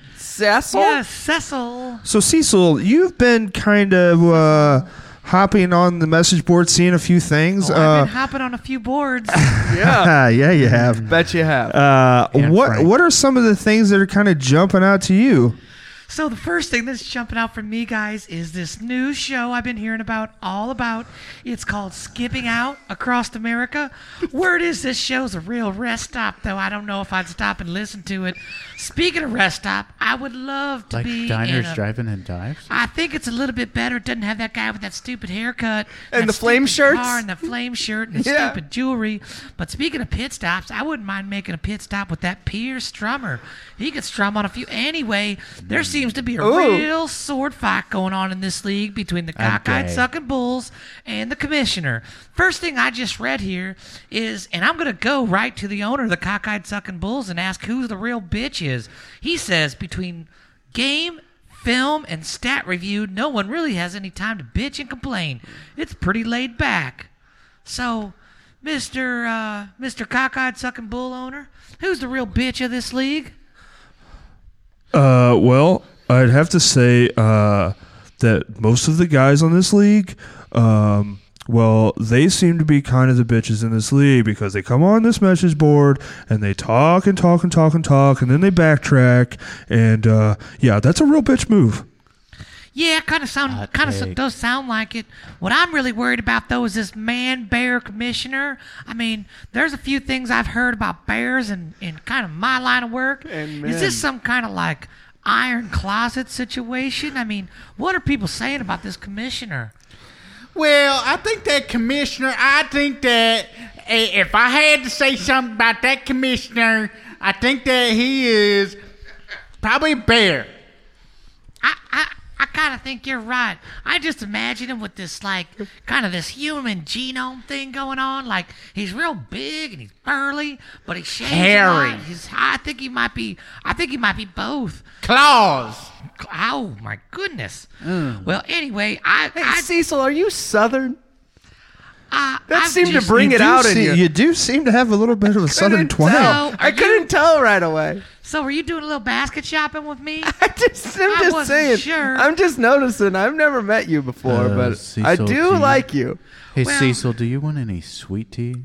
C: Cecil.
F: Yes, Cecil.
B: So Cecil, you've been kind of uh, hopping on the message board, seeing a few things.
C: Oh,
F: I've
B: uh,
F: been hopping on a
C: <laughs>
F: few boards.
C: Yeah.
B: yeah, you have.
C: Bet you have.
B: Uh,
G: And
B: what
G: Frank.
B: what are some of the things that are kind of jumping out to you?
F: so the first thing that's jumping out for me, guys, is this new show I've been hearing about, all about. It's called Skipping Out Across America. Word is this show's a real rest stop, though I don't know if I'd stop and listen to it. Speaking of rest stop, I would love to
G: Like
F: be
G: diners,
F: in a-
G: driving, and dives.
F: I think it's a little bit better. It doesn't have that guy with that stupid haircut
C: And
F: that
C: the flame
F: stupid
C: shirts?
F: car and the flame shirt and the
C: Yeah.
F: stupid jewelry. But speaking of pit stops, I wouldn't mind making a pit stop with that Pierce Strummer. He could strum on a few. Anyway, their seems to be a
C: Ooh.
F: real sword fight going on in this league between the cockeyed
G: Okay.
F: sucking bulls and the commissioner. First thing I just read here is, and I'm going to go right to the owner of the cockeyed sucking bulls and ask who the real bitch is. He says between game, film, and stat review, no one really has any time to bitch and complain. It's pretty laid back. So, Mister uh, Mister Cockeyed Sucking Bull owner, who's the real bitch of this league?
B: Uh, well, I'd have to say uh, that most of the guys on this league, um, well, they seem to be kind of the bitches in this league because they come on this message board and they talk and talk and talk and talk and then they backtrack and uh, yeah, that's a real bitch move.
F: Yeah, kind of sound,
G: Hot
F: kind of
G: take.
F: does sound like it. What I'm really worried about though is this man bear commissioner. I mean, there's a few things I've heard about bears and in kind of my line of work.
H: And
F: Is
H: men.
F: this some kind of like iron closet situation? I mean, what are people saying about this commissioner?
H: Well, I think that commissioner, I think that i- if I had to say something about that commissioner, I think that he is probably a bear.
F: I, I, I kind of think you're right. I just imagine him with this, like, kind of this human genome thing going on. Like, he's real big and he's burly, but he shaves
H: Hairy.
F: A lot. He's, I think he might be. I think he might be both.
H: Claws.
F: Oh my goodness.
C: Mm.
F: Well, anyway, I, I,
C: Cecil, are you Southern?
F: I
C: That
F: I've
C: seemed to
F: just-
C: bring it
B: do
C: out in
B: see-
C: you.
B: do seem to have a little bit of a southern
C: Couldn't
B: twang.
F: So,
C: tell. I
F: are
C: couldn't tell right away. <laughs>
F: So, were you doing a little basket shopping with me?
C: I just, I'm
F: I
C: just
F: wasn't
C: saying.
F: sure.
C: I'm just noticing. I've never met you before,
G: Uh,
C: but
G: Cecil,
C: I do
G: do you-
C: like you.
G: Hey
F: Well-
G: Cecil, do you want any sweet tea?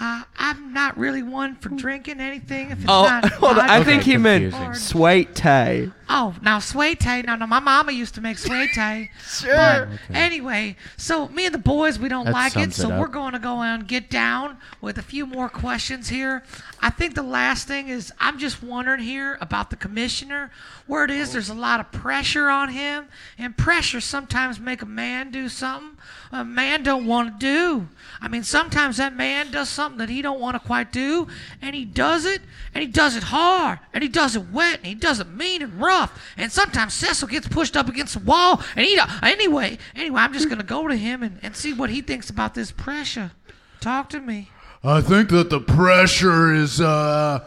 F: Uh, I'm not really one for drinking anything. If it's
C: Oh, <laughs>
F: not
C: hold on. I
F: lodged.
C: think he meant
G: confusing.
C: sweet tea.
F: Oh, now sway tay. No, no, my mama used to make sway tay.
C: Sure.
F: But anyway, so me and the boys, we don't
G: That
F: like it,
G: sums it
F: so
G: up.
F: we're going to go and get down with a few more questions here. I think the last thing is I'm just wondering here about the commissioner. Where it is, there's a lot of pressure on him, and pressure sometimes make a man do something a man don't want to do. I mean, sometimes that man does something that he don't want to quite do, and he does it, and he does it hard, and he does it wet, and he does it mean and rough. And sometimes Cecil gets pushed up against the wall, and he do- anyway, anyway, I'm just gonna go to him and, and see what he thinks about this pressure. Talk to me.
I: I think that the pressure is uh,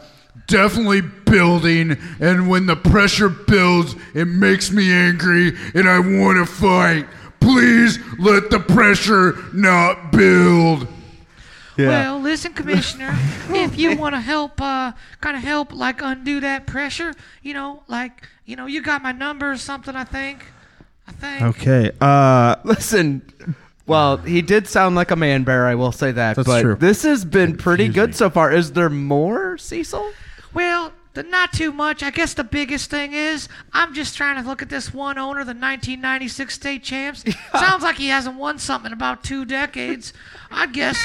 I: definitely building, and when the pressure builds, it makes me angry and I want to fight. Please let the pressure not build.
F: Well, listen, Commissioner, if you want to help, uh, kind of help, like undo that pressure, you know, like you know, you got my number or something. I think. I think.
B: Okay. Uh,
C: Listen, well, he did sound like a man bear. I will say that.
B: That's
C: but
B: true.
C: This has been pretty
G: Confusing.
C: good so far. Is there more, Cecil?
F: Well, the, not too much. I guess the biggest thing is I'm just trying to look at this one owner, the 1996 state champs. Sounds like he hasn't won something in about two decades. I guess,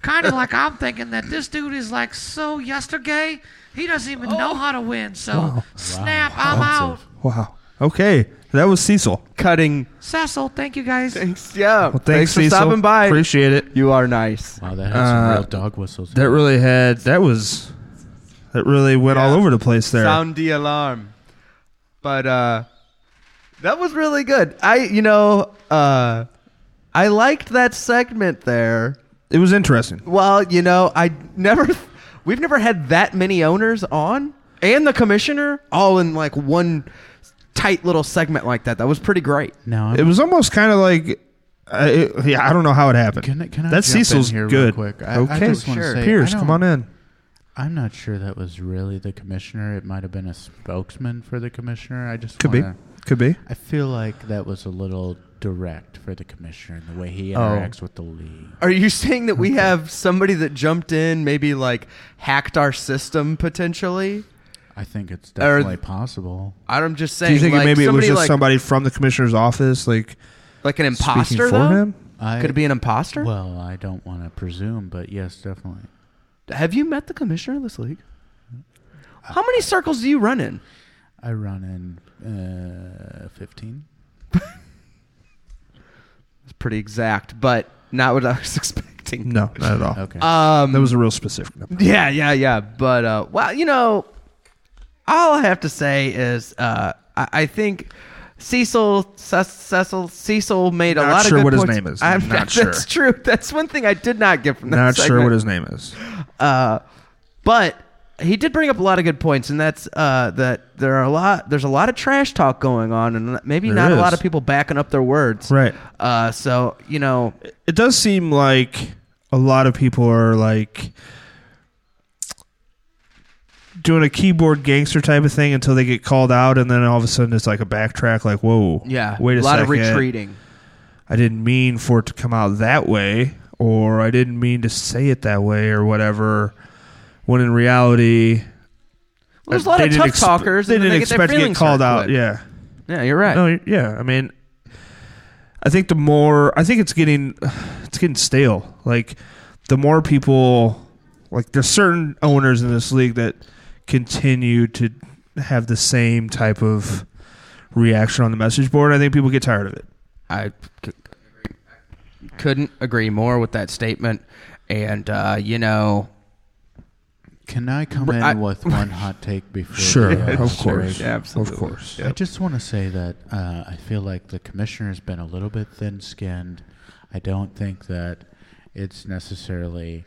F: kind of like I'm thinking that this dude is like so yesterday. He doesn't even know how to win. So snap, I'm out.
B: wow. Okay. That was Cecil.
C: Cutting.
F: Cecil, thank you guys.
C: Thanks. Yeah.
B: Well,
C: thanks,
B: thanks,
C: for
B: Cecil.
C: stopping by.
B: Appreciate it.
C: you are nice.
G: Wow, that had some
B: Uh,
G: real dog whistles.
B: That really had. That was. That really went all
C: Yeah.
B: over the place there.
C: Sound the alarm. But uh that was really good. I you know, uh I liked that segment there.
B: it was interesting.
C: Well, you know, I never <laughs> we've never had that many owners on and the commissioner all in like one tight little segment like that. That was pretty great.
G: now I'm
B: It was almost kind of like. I it, yeah, I don't know how it happened.
G: Can I- can I
B: That's
G: jump in
B: Cecil's
G: here real
B: good.
G: quick? I- I
B: okay,
G: just wanna Sure. say,
B: Pierce,
G: I
B: come on
G: don't-
B: in.
G: I'm not sure that was really the commissioner. It might have been a spokesman for the commissioner. I just
B: Could
G: wanna,
B: be. Could be.
G: I feel like that was a little direct for the commissioner in the way he
C: Oh.
G: interacts with the league.
C: Are you saying that we have somebody that jumped in, maybe like hacked our system potentially?
G: I think it's
C: Or-
G: definitely possible.
C: I'm just saying.
B: Do you think
C: like,
B: it maybe it was
C: somebody
B: just
C: like,
B: somebody from the commissioner's office, like
C: like an
B: speaking
C: imposter
B: for
C: though?
B: him?
G: I,
C: Could it be an imposter?
G: Well, I don't want to presume, but yes, definitely.
C: Have you met the commissioner of this league? How many circles do you run in?
G: I run in uh, 15.
C: It's pretty exact, but not what I was <laughs> expecting.
B: No, not at all.
G: Okay.
C: Um,
B: That was a real specific
C: <laughs>
B: number.
C: yeah, yeah, yeah. But uh, well, you know, all I have to say is uh, I, I think Cecil Ce- Cecil Cecil made a
B: Not
C: lot
B: sure
C: of good
B: what his
C: points.
B: name is.
C: I'm
B: Not sure.
C: <laughs> That's true. That's one thing I did not get from that.
B: Not sure
C: segment.
B: what his name is.
C: Uh, but he did bring up a lot of good points, and that's uh, that there are a lot. There's a lot of trash talk going on, and maybe
B: There
C: not
B: is.
C: a lot of people backing up their words.
B: Right.
C: Uh, so you know,
B: It does seem like a lot of people are like doing a keyboard gangster type of thing until they get called out, and then all of a sudden it's like a backtrack. Like, whoa,
C: yeah,
B: wait a,
C: lot
B: second.
C: of retreating.
B: I didn't mean for it to come out that way, or I didn't mean to say it that way, or whatever. When in reality, uh,
C: Well, there's a lot
B: they
C: of
B: didn't
C: tough
B: expe-
C: talkers.
B: They
C: and then
B: didn't
C: get their
B: expect to get
C: feelings
B: called
C: hurt
B: out.
C: quick.
B: Yeah.
C: Yeah, you're right.
B: No, y- yeah. I mean, I think the more I think it's getting it's getting stale. Like the more people like there's certain owners in this league that continue to have the same type of reaction on the message board. I think people get tired of it.
C: I c- couldn't agree more with that statement. And uh, you know,
G: Can I come
C: Br-
G: in
C: I- <laughs>
G: with one hot take before?
B: Sure,
G: the, uh,
B: of course.
G: series?
C: absolutely.
B: Of course.
G: I just want to say that uh, I feel like the commissioner has been a little bit thin skinned. I don't think that it's necessarily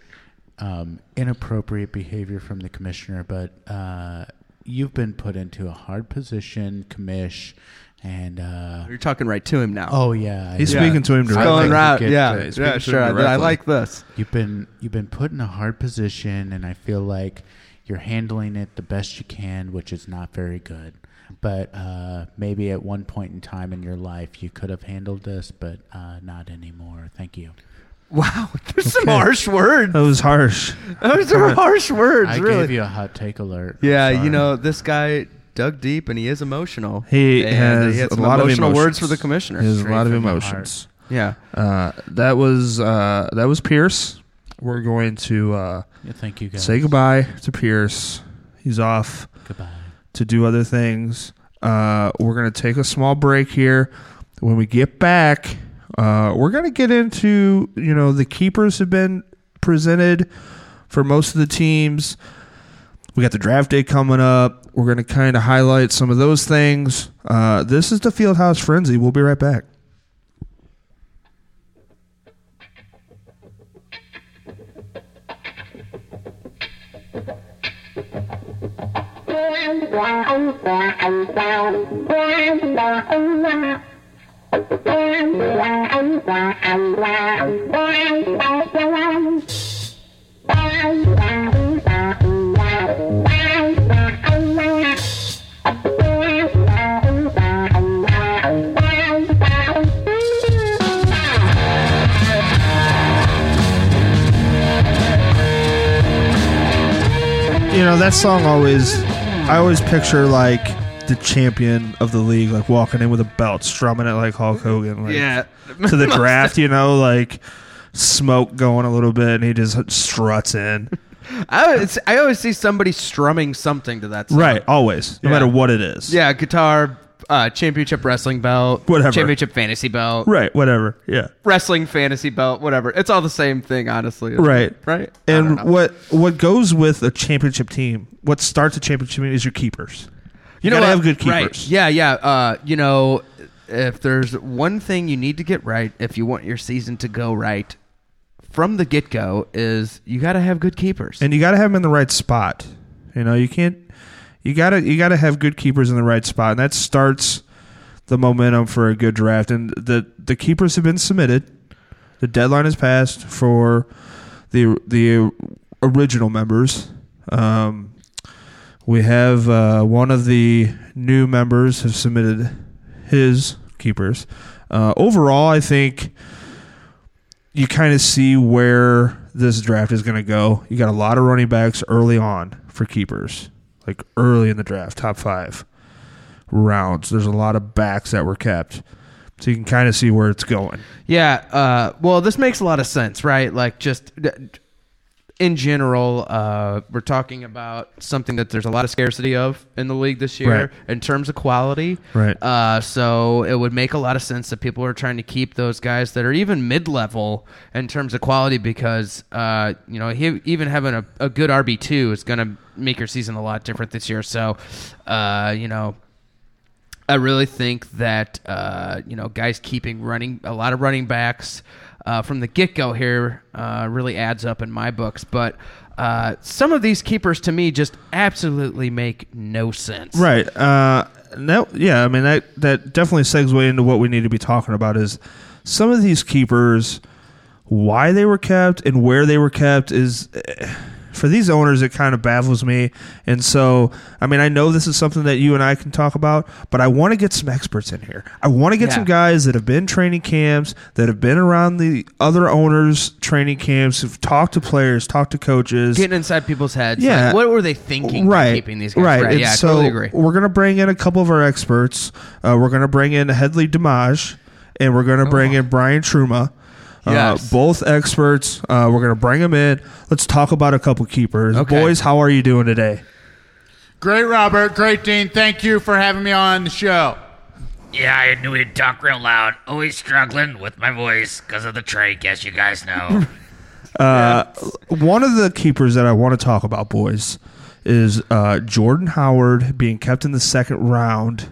G: um, inappropriate behavior from the commissioner, but uh, you've been put into a hard position, commish, and. Uh,
C: You're talking right to him now.
G: oh, yeah.
B: He's
G: I-
B: speaking to him
G: I
B: directly.
C: going
G: think
C: right.
G: you get
C: Yeah,
G: to-
C: yeah,
B: speaking to
C: sure.
B: him
C: I, I
B: directly.
C: like this.
G: You've been you've been put in a hard position, and I feel like you're handling it the best you can, which is not very good. But uh, maybe at one point in time in your life, you could have handled this, but uh, not anymore. Thank you.
C: Wow, <laughs> there's some harsh words.
B: That was harsh.
C: Those are harsh words,
G: I
C: really.
G: gave you a hot take alert. I'm
C: yeah,
G: sorry.
C: you know, this guy dug deep and he is emotional.
B: He
C: and
B: has
C: he had
B: a
C: some
B: lot
C: emotional
B: of emotions.
C: words for the commissioner.
B: He has a
G: Straight
B: lot of
G: from the
B: emotions.
C: Yeah.
B: Uh, that was uh, that was Pierce. We're going to uh,
G: Yeah, Thank you guys.
B: say goodbye to Pierce. He's off
G: Goodbye.
B: to do other things. Uh, we're going to take a small break here. When we get back, uh, we're going to get into, you know, the keepers have been presented for most of the teams. We got the draft day coming up. We're going to kind of highlight some of those things. Uh, this is the Fieldhouse Frenzy. We'll be right back. you know that song always i always picture like the champion of the league like walking in with a belt strumming it like hulk hogan like,
C: Yeah.
B: to
C: <laughs>
B: the draft you know like smoke going a little bit and he just struts in
C: I always, I always see somebody strumming something to that song.
B: right always no
C: Yeah.
B: matter what it is
C: Yeah, guitar, uh, championship wrestling belt,
B: Whatever.
C: championship fantasy belt,
B: right whatever yeah
C: wrestling fantasy belt, whatever. It's all the same thing, honestly. isn't it?
B: right
C: Right. I don't
B: and
C: know.
B: what what goes with a championship team what starts a championship team is your keepers you, gotta
C: what?
B: have good
C: Right.
B: keepers
C: Yeah, yeah. Uh, you know, if there's one thing you need to get right if you want your season to go right from the get go, is you got to have good keepers.
B: and you got to have them in the right spot. You know, you can't. You gotta you gotta have good keepers in the right spot, and that starts the momentum for a good draft. And the the keepers have been submitted. The deadline has passed for the the original members. Um, we have uh, one of the new members have submitted his keepers. Uh, overall, I think you kind of see where this draft is going to go. You got a lot of running backs early on for keepers, like early in the draft, top five rounds. There's a lot of backs that were kept. So you can kind of see where it's going.
C: Yeah. Uh, well, this makes a lot of sense, right? Like, just in general, uh, we're talking about something that there's a lot of scarcity of in the league this year
B: Right.
C: in terms of quality.
B: Right.
C: Uh, so it would make a lot of sense that people are trying to keep those guys that are even mid level in terms of quality because, uh, you know, he, even having a, a good RB2 is going to make your season a lot different this year. So, uh, you know, I really think that uh, you know guys keeping running a lot of running backs uh, from the get go here uh, really adds up in my books. But uh, some of these keepers to me just absolutely make no sense.
B: Right. Uh, no, yeah. I mean that that definitely segue into what we need to be talking about is some of these keepers, why they were kept and where they were kept is eh, for these owners it kind of baffles me. And so, I mean, I know this is something that you and I can talk about, but I want to get some experts in here. I want to get
C: Yeah.
B: some guys that have been training camps, that have been around the other owners' training camps, who've talked to players, talked to coaches,
C: Getting inside people's heads.
B: Yeah.
C: Like, what were they thinking?
B: right,
C: Keeping these guys.
B: Right. And
C: yeah.
B: so
C: I totally agree.
B: We're gonna bring in a couple of our experts. Uh, we're gonna bring in Headley Dimage, and we're gonna bring in Brian Truma. Uh,
C: Oh, Yes.
B: both experts. Uh, we're gonna bring them in. Let's talk about a couple keepers.
C: Okay.
B: Boys, how are you doing today?
H: Great, Robert. Great, Dean. Thank you for having me on the show.
J: Yeah, I knew he'd talk real loud. Always struggling with my voice because of the trach, as you guys
C: <laughs>
J: know.
B: Uh, One of the keepers that I want to talk about, boys, is uh, Jordan Howard being kept in the second round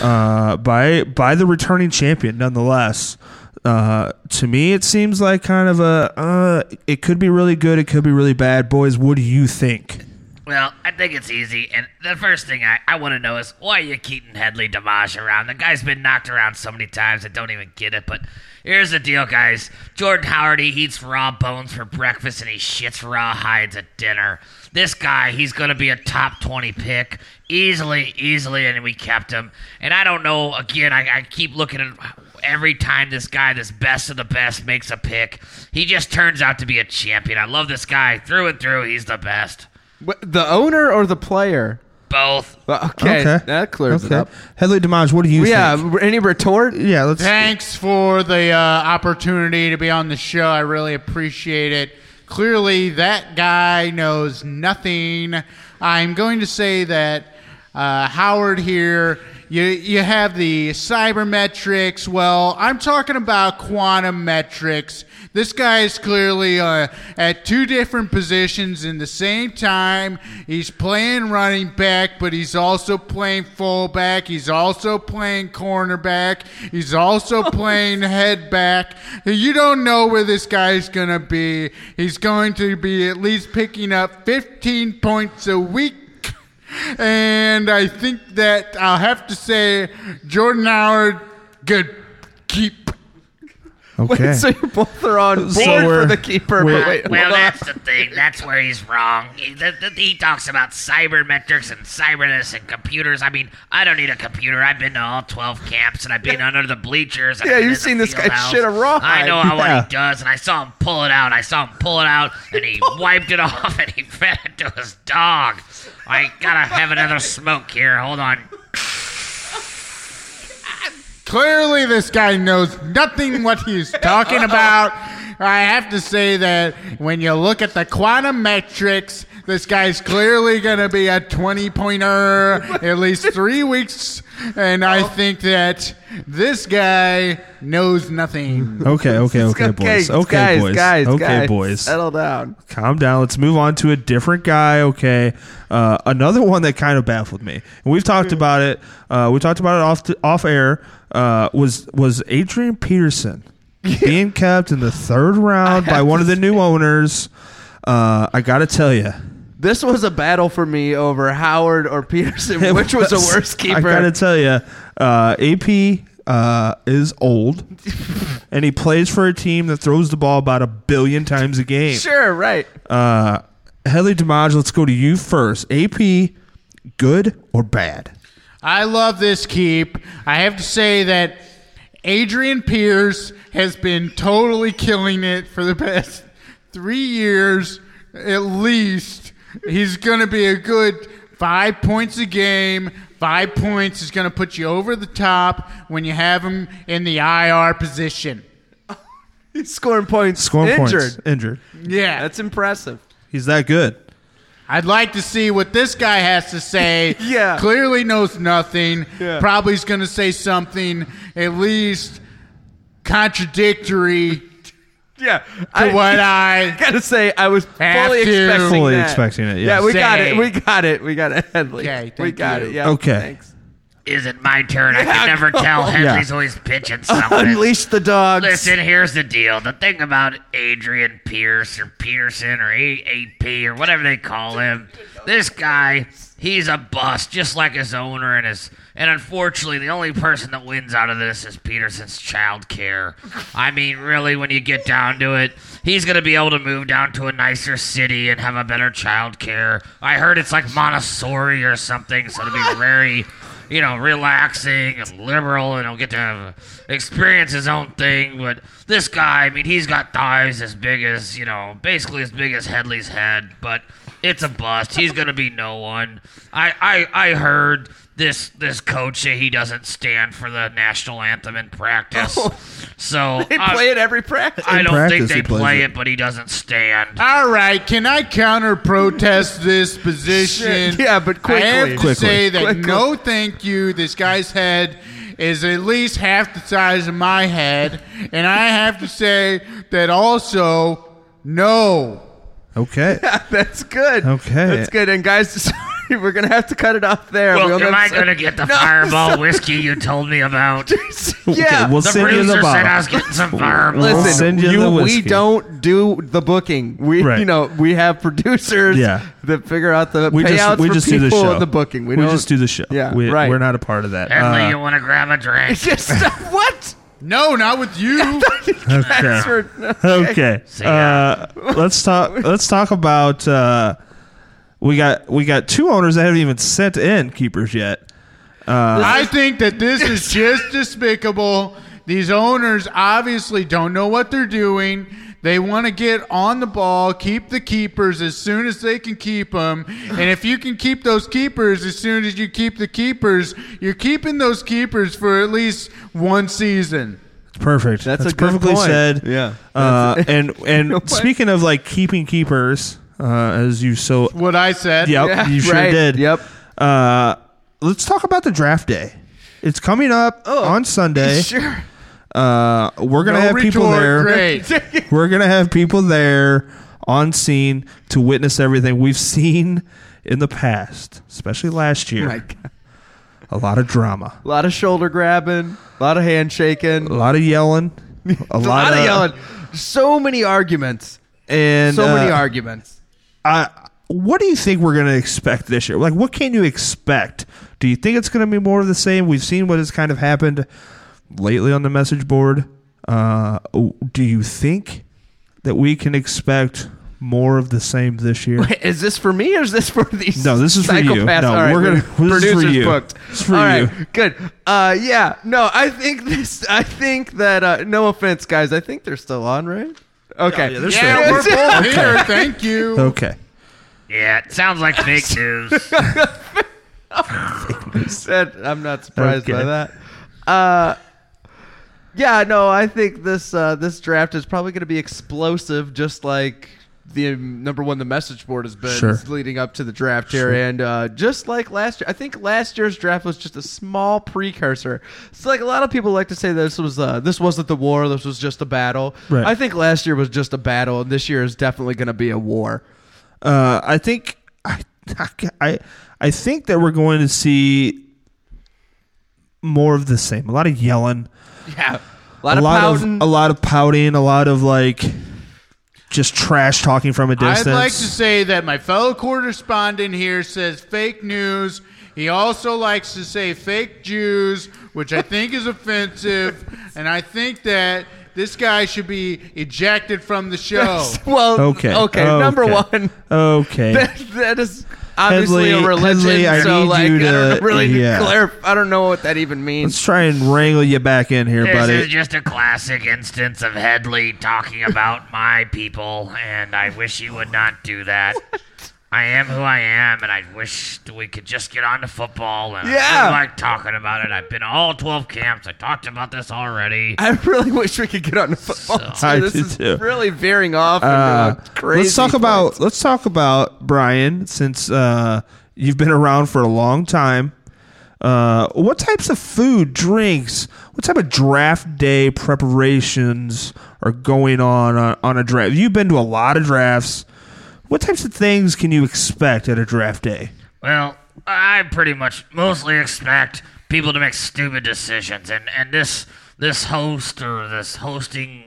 B: uh, by by the returning champion, nonetheless. Uh, to me, it seems like kind of a. Uh, it could be really good. It could be really bad. Boys, what do you think?
J: well, I think it's easy, and the first thing I, I want to know is why you keeping Headley Damage around? The guy's been knocked around so many times, I don't even get it, but here's the deal, guys. Jordan Howard, he eats raw bones for breakfast and he shits raw hides at dinner. This guy, he's going to be a top 20 pick. Easily, easily, and we kept him. And I don't know, again, I, I keep looking at every time this guy, this best of the best, makes a pick, he just turns out to be a champion. I love this guy through and through. He's the best.
C: Wh- The owner or the player?
J: Both.
C: Okay, that clears it up.
B: Headley Demage, what do you
C: Yeah,
B: think?
C: r- any retort?
B: Yeah,
C: <laughs>
B: let's.
H: Thanks for the uh, opportunity to be on the show. I really appreciate it. Clearly, that guy knows nothing. I'm going to say that uh, Howard here. You, you have the cybermetrics. Well, I'm talking about quantum metrics. This guy is clearly uh, at two different positions in the same time. He's playing running back, but he's also playing fullback. He's also playing cornerback. He's also playing head back. You don't know where this guy's going to be. He's going to be at least picking up 15 points a week. And I think that I'll have to say Jordan Howard, good keep.
B: Okay.
C: so you both are on board
B: So
C: for
B: we're-
C: the keeper.
B: we're-
C: but wait,
J: well,
C: hold on.
J: that's the thing. That's where he's wrong. He, th th he talks about cybermetrics and cyberness and computers. I mean, I don't need a computer. I've been to all 12 camps and I've been under the bleachers. and
C: Yeah,
J: I've been
C: you've
J: in
C: seen
J: the
C: this
J: field
C: guy
J: house.
C: shit a rawhide.
J: I know how
B: Yeah.
J: what he does, and I saw him pull it out. I saw him pull it out, and
C: <laughs>
J: he wiped it off and he fed it to his dog. I gotta have another smoke here. Hold on.
H: Clearly, this guy knows nothing what he's talking about. I have to say that when you look at the quantum metrics, this guy's clearly going to be a 20 pointer at least three weeks. And I think that this guy knows nothing.
B: Okay, okay, okay, boys. Okay,
C: guys,
B: boys.
C: guys,
B: okay,
C: guys,
B: boys.
C: Settle down.
B: calm down. Let's move on to a different guy. Okay, uh, another one that kind of baffled me, and we've talked
C: Hmm.
B: about it. Uh, we talked about it off off air. Uh, was was Adrian Peterson being kept in the
C: <laughs>
B: third round by one of the new owners? Uh, I gotta tell you,
C: This was a battle for me over Howard or <laughs> Peterson, <laughs> which
B: <laughs>
C: was the worst keeper.
B: I gotta tell you, uh, AP. Uh, is
C: <laughs>
B: old and he plays for a team that throws the ball about a billion times a game.
C: sure, right.
B: Uh, Headley Damage, let's go to you first. AP, good or bad?
H: I love this keep. I have to say that Adrian Pierce has been totally killing it for the past <laughs> three years at least. He's going to be a good five points a game. Five points is going to put you over the top when you have him in the IR position.
C: He's scoring points.
B: Scoring
C: injured.
B: points. Injured.
H: Yeah.
C: That's impressive.
B: He's that good.
H: I'd like to see what this guy has to say.
C: <laughs> Yeah.
H: Clearly knows nothing.
C: Yeah.
H: Probably is going to say something at least contradictory
C: Yeah. <laughs>
H: to what I.
C: gotta say, I was
H: Have
C: fully
H: to.
C: expecting
B: Fully
C: that.
B: expecting it,
C: Yeah,
B: yes.
C: we got
H: Say.
C: it. <laughs> We got it. We got it. Headley.
H: Okay,
C: we
H: thank
C: got
H: you.
C: it. Yeah.
B: Okay.
C: Thanks.
J: Is it my turn? I
C: Yeah,
J: can never
C: go.
J: tell.
C: Yeah.
J: Henry's always pitching something.
C: <laughs> Unleash the dogs.
J: Listen, here's the deal. The thing about Adrian Pierce or Peterson or AAP or whatever they call him, this guy, he's a bust, just like his owner and his. And unfortunately, the only person that wins out of this is Peterson's child care. I mean, really, when you get down to it, he's going to be able to move down to a nicer city and have a better child care. I heard it's like Montessori or something, so it'll be very you know, relaxing and liberal, and he'll get to have, experience his own thing. But this guy, I mean, he's got thighs as big as, you know, basically as big as Headley's head, but it's a bust. He's going to be no one. I, I, I heard this this coach say he doesn't stand for the national anthem in practice. So
C: They
J: I-
C: play it every <laughs> practice.
J: I
H: In
J: don't
H: practice
J: think they
H: he plays
J: play
H: it.
J: it. but he doesn't stand.
H: All right, can I counter protest this position?
J: Shit, yeah, but
H: I have to
J: quickly. Quickly.
H: say that
J: Quickly.
H: no, thank you. This guy's head is at least half the size of my head, and I have to say that also no.
B: Okay.
C: <laughs> That's good.
B: Okay.
C: That's good. And guys, <laughs> sorry, we're gonna have to cut it off there.
J: Well,
C: We only
J: am I
C: have- <laughs>
J: going to get the
C: No,
J: fireball
C: sorry.
J: whiskey you told me about?
C: Yeah,
J: the producer said I was getting some fireball.
C: Listen, you- we don't do the booking. We, you know, we have producers
B: Yeah.
C: that figure out the
B: we
C: payouts
B: just we
C: for
B: just do
C: people
B: the show.
C: and the booking. We,
B: We
C: don't,
B: just
C: <laughs>
B: do the show.
C: Yeah,
B: we,
C: right.
B: We're not a part of that.
J: Henley,
B: Uh,
J: you want to grab a drink?
C: what? Oh
H: No, not with you.
B: <laughs> okay. okay. Uh, let's
C: <laughs>
B: talk. Let's talk about. Uh, we got we got two owners that haven't even sent in keepers yet. Uh,
H: I think that this is just despicable. These owners obviously don't know what they're doing. They want to get on the ball, keep the keepers as soon as they can keep them. And if you can keep those keepers as soon as you keep the keepers, you're keeping those keepers for at least one season.
B: Perfect.
H: That's
B: That's,
H: a good
B: perfectly
H: point.
B: said.
H: Yeah.
B: Uh,
H: That's-
B: and and
H: <laughs> You know what?
B: speaking of like keeping keepers, uh, as you so
H: What I said.
B: Yep.
H: Yeah,
B: you sure
H: right.
B: did. Yep. Uh, let's talk about the draft day. It's coming up on
H: <laughs>
B: Sunday.
C: Sure.
B: Uh, we're gonna
H: Oh, No
B: have people
H: retort,
B: there. <laughs>
H: great.
B: we're gonna have people there on scene to witness everything we've seen in the past, especially last year.
C: My
B: A lot of drama,
C: A lot of shoulder grabbing, a lot of handshaking, a
B: lot of
H: <laughs>
B: yelling, a,
C: lot,
B: lot
C: of,
B: of-
C: yelling. So many arguments.
B: and
C: so many
B: uh,
C: arguments.
B: I, what do you think we're going to expect this year? Like, what can you expect? Do you think it's going to be more of the same? We've seen what has kind of happened lately on the message board. Uh, do you think that we can expect more of the same this year?
C: Is this for me or is this for these?
B: No, this is for you.
C: psychopaths?
B: No,
C: All right,
B: we're gonna- this is for
C: producers
B: you.
C: booked.
B: It's for
C: All right,
B: you.
C: good. Uh, yeah, no, I think this. I think that. Uh, no offense, guys. I think they're still on, right? Okay.
J: Yeah, they're still Yeah, on. we're both here, thank you.
B: <laughs> Okay.
J: Yeah, it sounds like fake news.
C: That- I'm not surprised by
J: Okay.
C: that. Uh, yeah, no, I think this uh, this draft is probably going to be explosive, just like the um, number one the message board has been
B: Sure.
C: leading up to the draft here,
B: Sure.
C: and uh, just like last year, I think last year's draft was just a small precursor. So, like a lot of people like to say, this was uh, this wasn't the war, this was just a battle.
B: Right.
C: I think last year was just a battle, and this year is definitely going to be a war.
B: Uh, I think I, I I think that we're going to see more of the same. A lot of yelling.
C: Yeah, a lot of pouting.
B: a lot of pouting. A lot of like just trash talking from a distance.
H: I'd like to say that my fellow correspondent here says fake news. He also likes to say fake Jews, which I think is offensive, and I think that this guy should be ejected from the show.
C: <laughs> well,
B: okay.
C: okay, number one.
B: Okay.
C: <laughs> that, that is obviously
B: Headley-
C: a religion.
B: Headley, I
C: so
B: need
C: like,
B: you
C: I don't
B: to-
C: really
B: yeah.
C: clarify. I don't know what that even means.
B: Let's try and wrangle you back in here,
J: this
B: buddy.
J: is just a classic instance of Headley talking about <laughs> my people, and I wish he would not do that. I am who I am, and I wish that we could just get on to football. And I
C: Yeah.
J: really like talking about it. I've been to all 12 camps. I talked about this already.
C: I really wish we could get on the football.
B: I
C: too. This
B: do
C: is
B: too.
C: really veering off into
B: Uh,
C: a crazy.
B: let's talk about let's talk about Brian since uh, you've been around for a long time. Uh, what types of food, drinks, what type of draft day preparations are going on on, on a draft? You've been to a lot of drafts. What types of things can you expect at a draft day?
J: Well, I pretty much mostly expect people to make stupid decisions, and and this this host or this hosting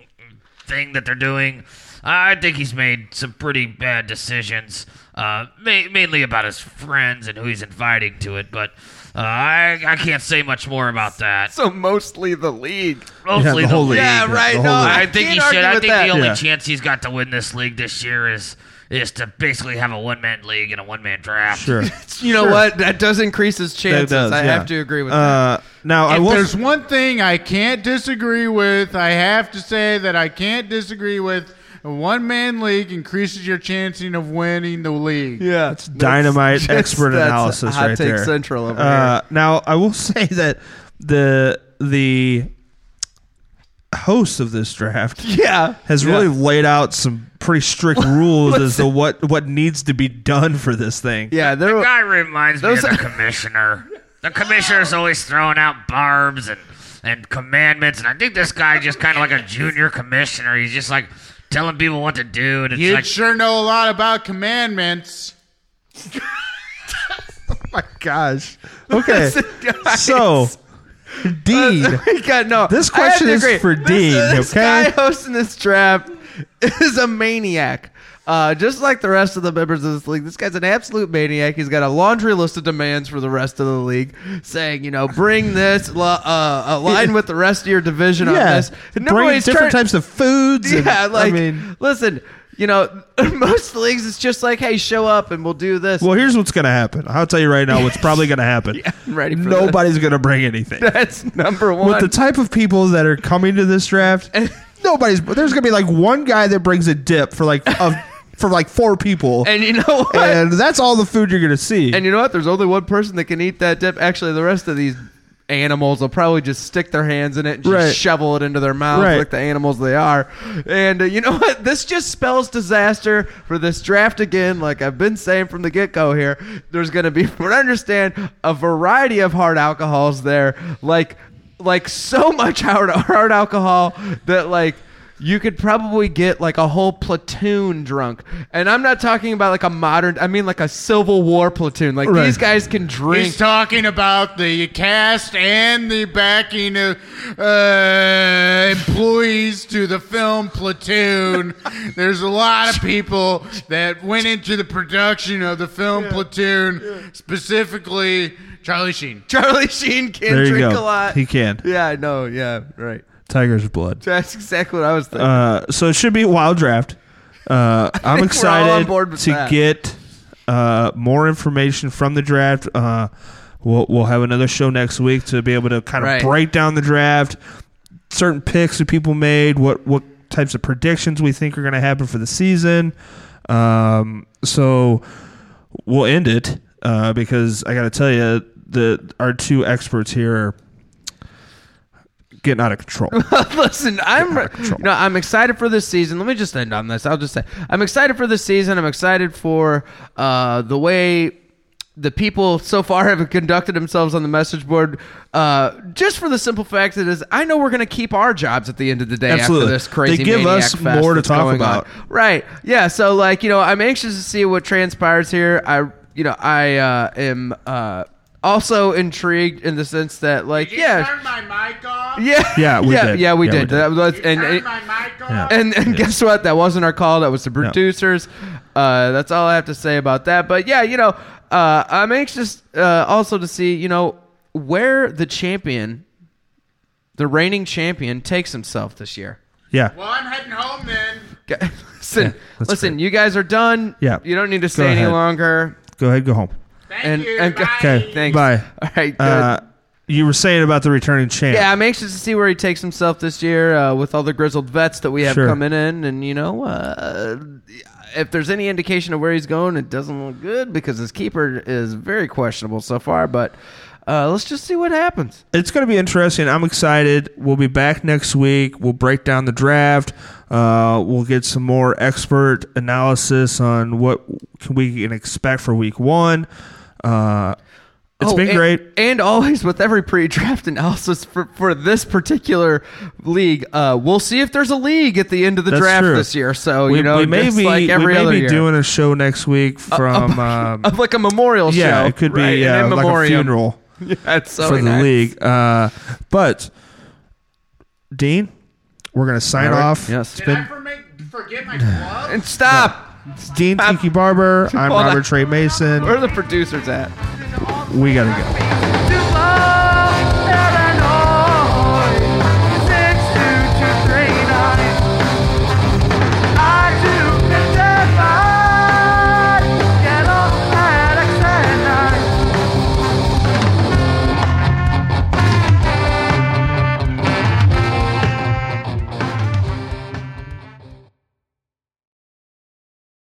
J: thing that they're doing. I think he's made some pretty bad decisions, uh, ma- mainly about his friends and who he's inviting to it. But uh, I, I can't say much more about that.
C: So mostly the league.
J: Mostly the, league.
C: Yeah, right. No,
J: I, think
C: can't
J: he should.
C: argue
J: I
C: with
J: think
C: that.
J: the only
C: Yeah.
J: chance he's got to win this league this year is is to basically have a one man league and a one man draft.
C: <laughs> Sure. You know what? That does increase his chances. I have to agree with
B: Uh,
C: that.
B: Now,
C: Uh, I
H: if
C: will-
H: there's one thing I can't disagree with, I have to say that I can't disagree with. A one man league increases your chancing of winning the league.
C: Yeah,
H: it's
B: dynamite expert analysis
C: hot
B: right
C: take
B: there.
C: central over
B: uh, Now I will <laughs> say that the the host of this draft
C: <laughs> Yeah.
B: has
C: Yeah.
B: really laid out some pretty strict rules as to what what needs to be done for this thing.
C: Yeah,
B: <laughs>
C: <laughs>
J: the guy reminds me of
B: those
J: the
B: are-
J: commissioner. The commissioner's always throwing out barbs and and commandments, and I think this guy just kind of like a junior commissioner. He's just like telling people what to do, and it's
H: You
J: like
H: sure know a lot about commandments.
B: my gosh. Okay. so, Dean.
C: <laughs> We got no.
B: This
C: I have
B: question
C: to
B: is
C: agree.
B: for
C: This-
B: Dean,
C: This guy
B: okay?
C: hosting this draft is a maniac. Uh, just like the rest of the members of this league, this guy's an absolute maniac. He's got a laundry list of demands for the rest of the league, saying, you know, bring this, lo- uh, align with the rest of your division on
B: Yeah.
C: this. And number
B: Bring
C: one, he's
B: different
C: trying-
B: types of
C: <laughs>
B: foods and-
C: Yeah,
B: I
C: like,
B: mean-
C: listen, you know, <laughs> most leagues it's just like, hey, show up and we'll do this.
B: Well, here's what's going to happen. I'll tell you right now what's probably going to
C: <laughs>
B: happen.
C: I'm ready for
B: Nobody's going to bring
C: <laughs>
B: anything.
C: this. That's number one.
B: With the type of people that are coming to this
C: <laughs>
B: draft, nobody's. There's going to be like one guy that brings a dip for like
C: <laughs>
B: a, for like four people,
C: and you know what?
B: and that's all the food you're going to see.
C: And you know what? There's only one person that can eat that dip. Actually, the rest of these animals will probably just stick their hands in it and just
B: Right.
C: shovel it into their mouths
B: Right.
C: like the animals they are. And uh, you know <laughs> what? This just spells disaster for this draft again. Like I've been saying from the get go here, there's going to be, <laughs> from what I understand, a variety of hard alcohols there. Like, like so <laughs> much hard, hard alcohol that like you could probably get like a whole platoon drunk. And I'm not talking about like a modern, I mean like a Civil War platoon. Like
H: Right.
C: these guys can drink.
H: He's talking about the cast and the backing of uh, employees to the film Platoon. There's a lot of people that went into the production of the film Platoon, specifically Charlie Sheen.
C: <laughs> Charlie Sheen can
B: There you
C: drink
B: go.
C: a lot.
B: He can.
C: Yeah, I know. Yeah, right. <laughs>
B: Tiger's blood.
C: That's exactly what I was thinking.
B: Uh, so it should be a wild draft.
C: <laughs>
B: Uh, I'm
C: we're all on
B: excited
C: board with
B: to
C: that.
B: get uh, more information from the draft. Uh, we'll, we'll have another show next week to be able to kind of
C: Right.
B: break down the draft, certain picks that people made, what what types of predictions we think are going to happen for the season. Um, so we'll end it uh, because I got to tell you the our two experts here are getting out of
C: <laughs>
B: control.
C: Listen, I'm no, I'm excited for this season. Let me just end on this. I'll just say I'm excited for this season. I'm excited for uh, the way the people so far have conducted themselves on the message board. Uh, just for the simple fact that is, I know we're going to keep our jobs at the end of the day
B: Absolutely.
C: after this crazy.
B: They give
C: maniac
B: us
C: fest
B: more to
C: that's
B: talk
C: going on.
B: about.
C: Right. Yeah. So like, you know, I'm anxious to see what transpires here. I, you know, I uh, am uh, also intrigued in the sense that like, yeah. Yeah,
B: <laughs> Yeah, we
C: yeah,
B: did.
C: yeah, we
B: Yeah, we
C: did.
B: did.
C: That was, and and, and, and guess what? That wasn't our call. That was the producers. Uh, that's all I have to say about that. But yeah, you know, uh, I'm anxious uh, also to see you know where the champion, the reigning champion, takes himself this year.
B: Yeah.
H: Well, I'm heading home then.
C: Okay. <laughs> listen,
B: that's
C: listen, you guys are done.
B: Yeah.
C: you don't need
B: Go
C: to stay any
B: ahead.
C: longer.
B: Go ahead, go home.
H: Thank
C: and,
H: you.
C: and-
B: Okay.
C: <laughs> thanks.
B: Bye.
C: All right, good.
B: Uh, you were saying about the returning champ.
C: Yeah, I'm anxious to see where he takes himself this year uh, with all the grizzled vets that we have
B: Sure.
C: coming in, and you know, uh, if there's any indication of where he's going, it doesn't look good because his keeper is very questionable so far. But uh, let's just see what happens.
B: It's going to be interesting. I'm excited. We'll be back next week. We'll break down the draft. Uh, we'll get some more expert analysis on what can we can expect for week one. Uh, it's
C: It's
B: been
C: Oh, and,
B: great.
C: and always with every pre-draft analysis for, for this particular league, uh, we'll see if there's a league at the end of the
B: That's
C: draft
B: true.
C: this year. So
B: we,
C: Oh, you know,
B: we may
C: just
B: be,
C: like every
B: we may
C: other
B: be
C: year.
B: doing a show next week from. um,
C: Of like <laughs> a memorial
B: yeah,
C: show.
B: it could
C: right,
B: be
C: an
B: yeah,
C: in
B: like a
C: memoriam.
B: funeral.
C: that's so
B: for the
C: nice.
B: league. Uh, but Dean, we're gonna sign
C: All right.
B: off.
C: Yes.
B: It's
C: Did
B: been-
C: and stop.
B: it's Dean Tiki Barber. I'm
C: Hold on.
B: Robert Trey Mason.
C: Where are the producers at?
B: We gotta go.
K: Do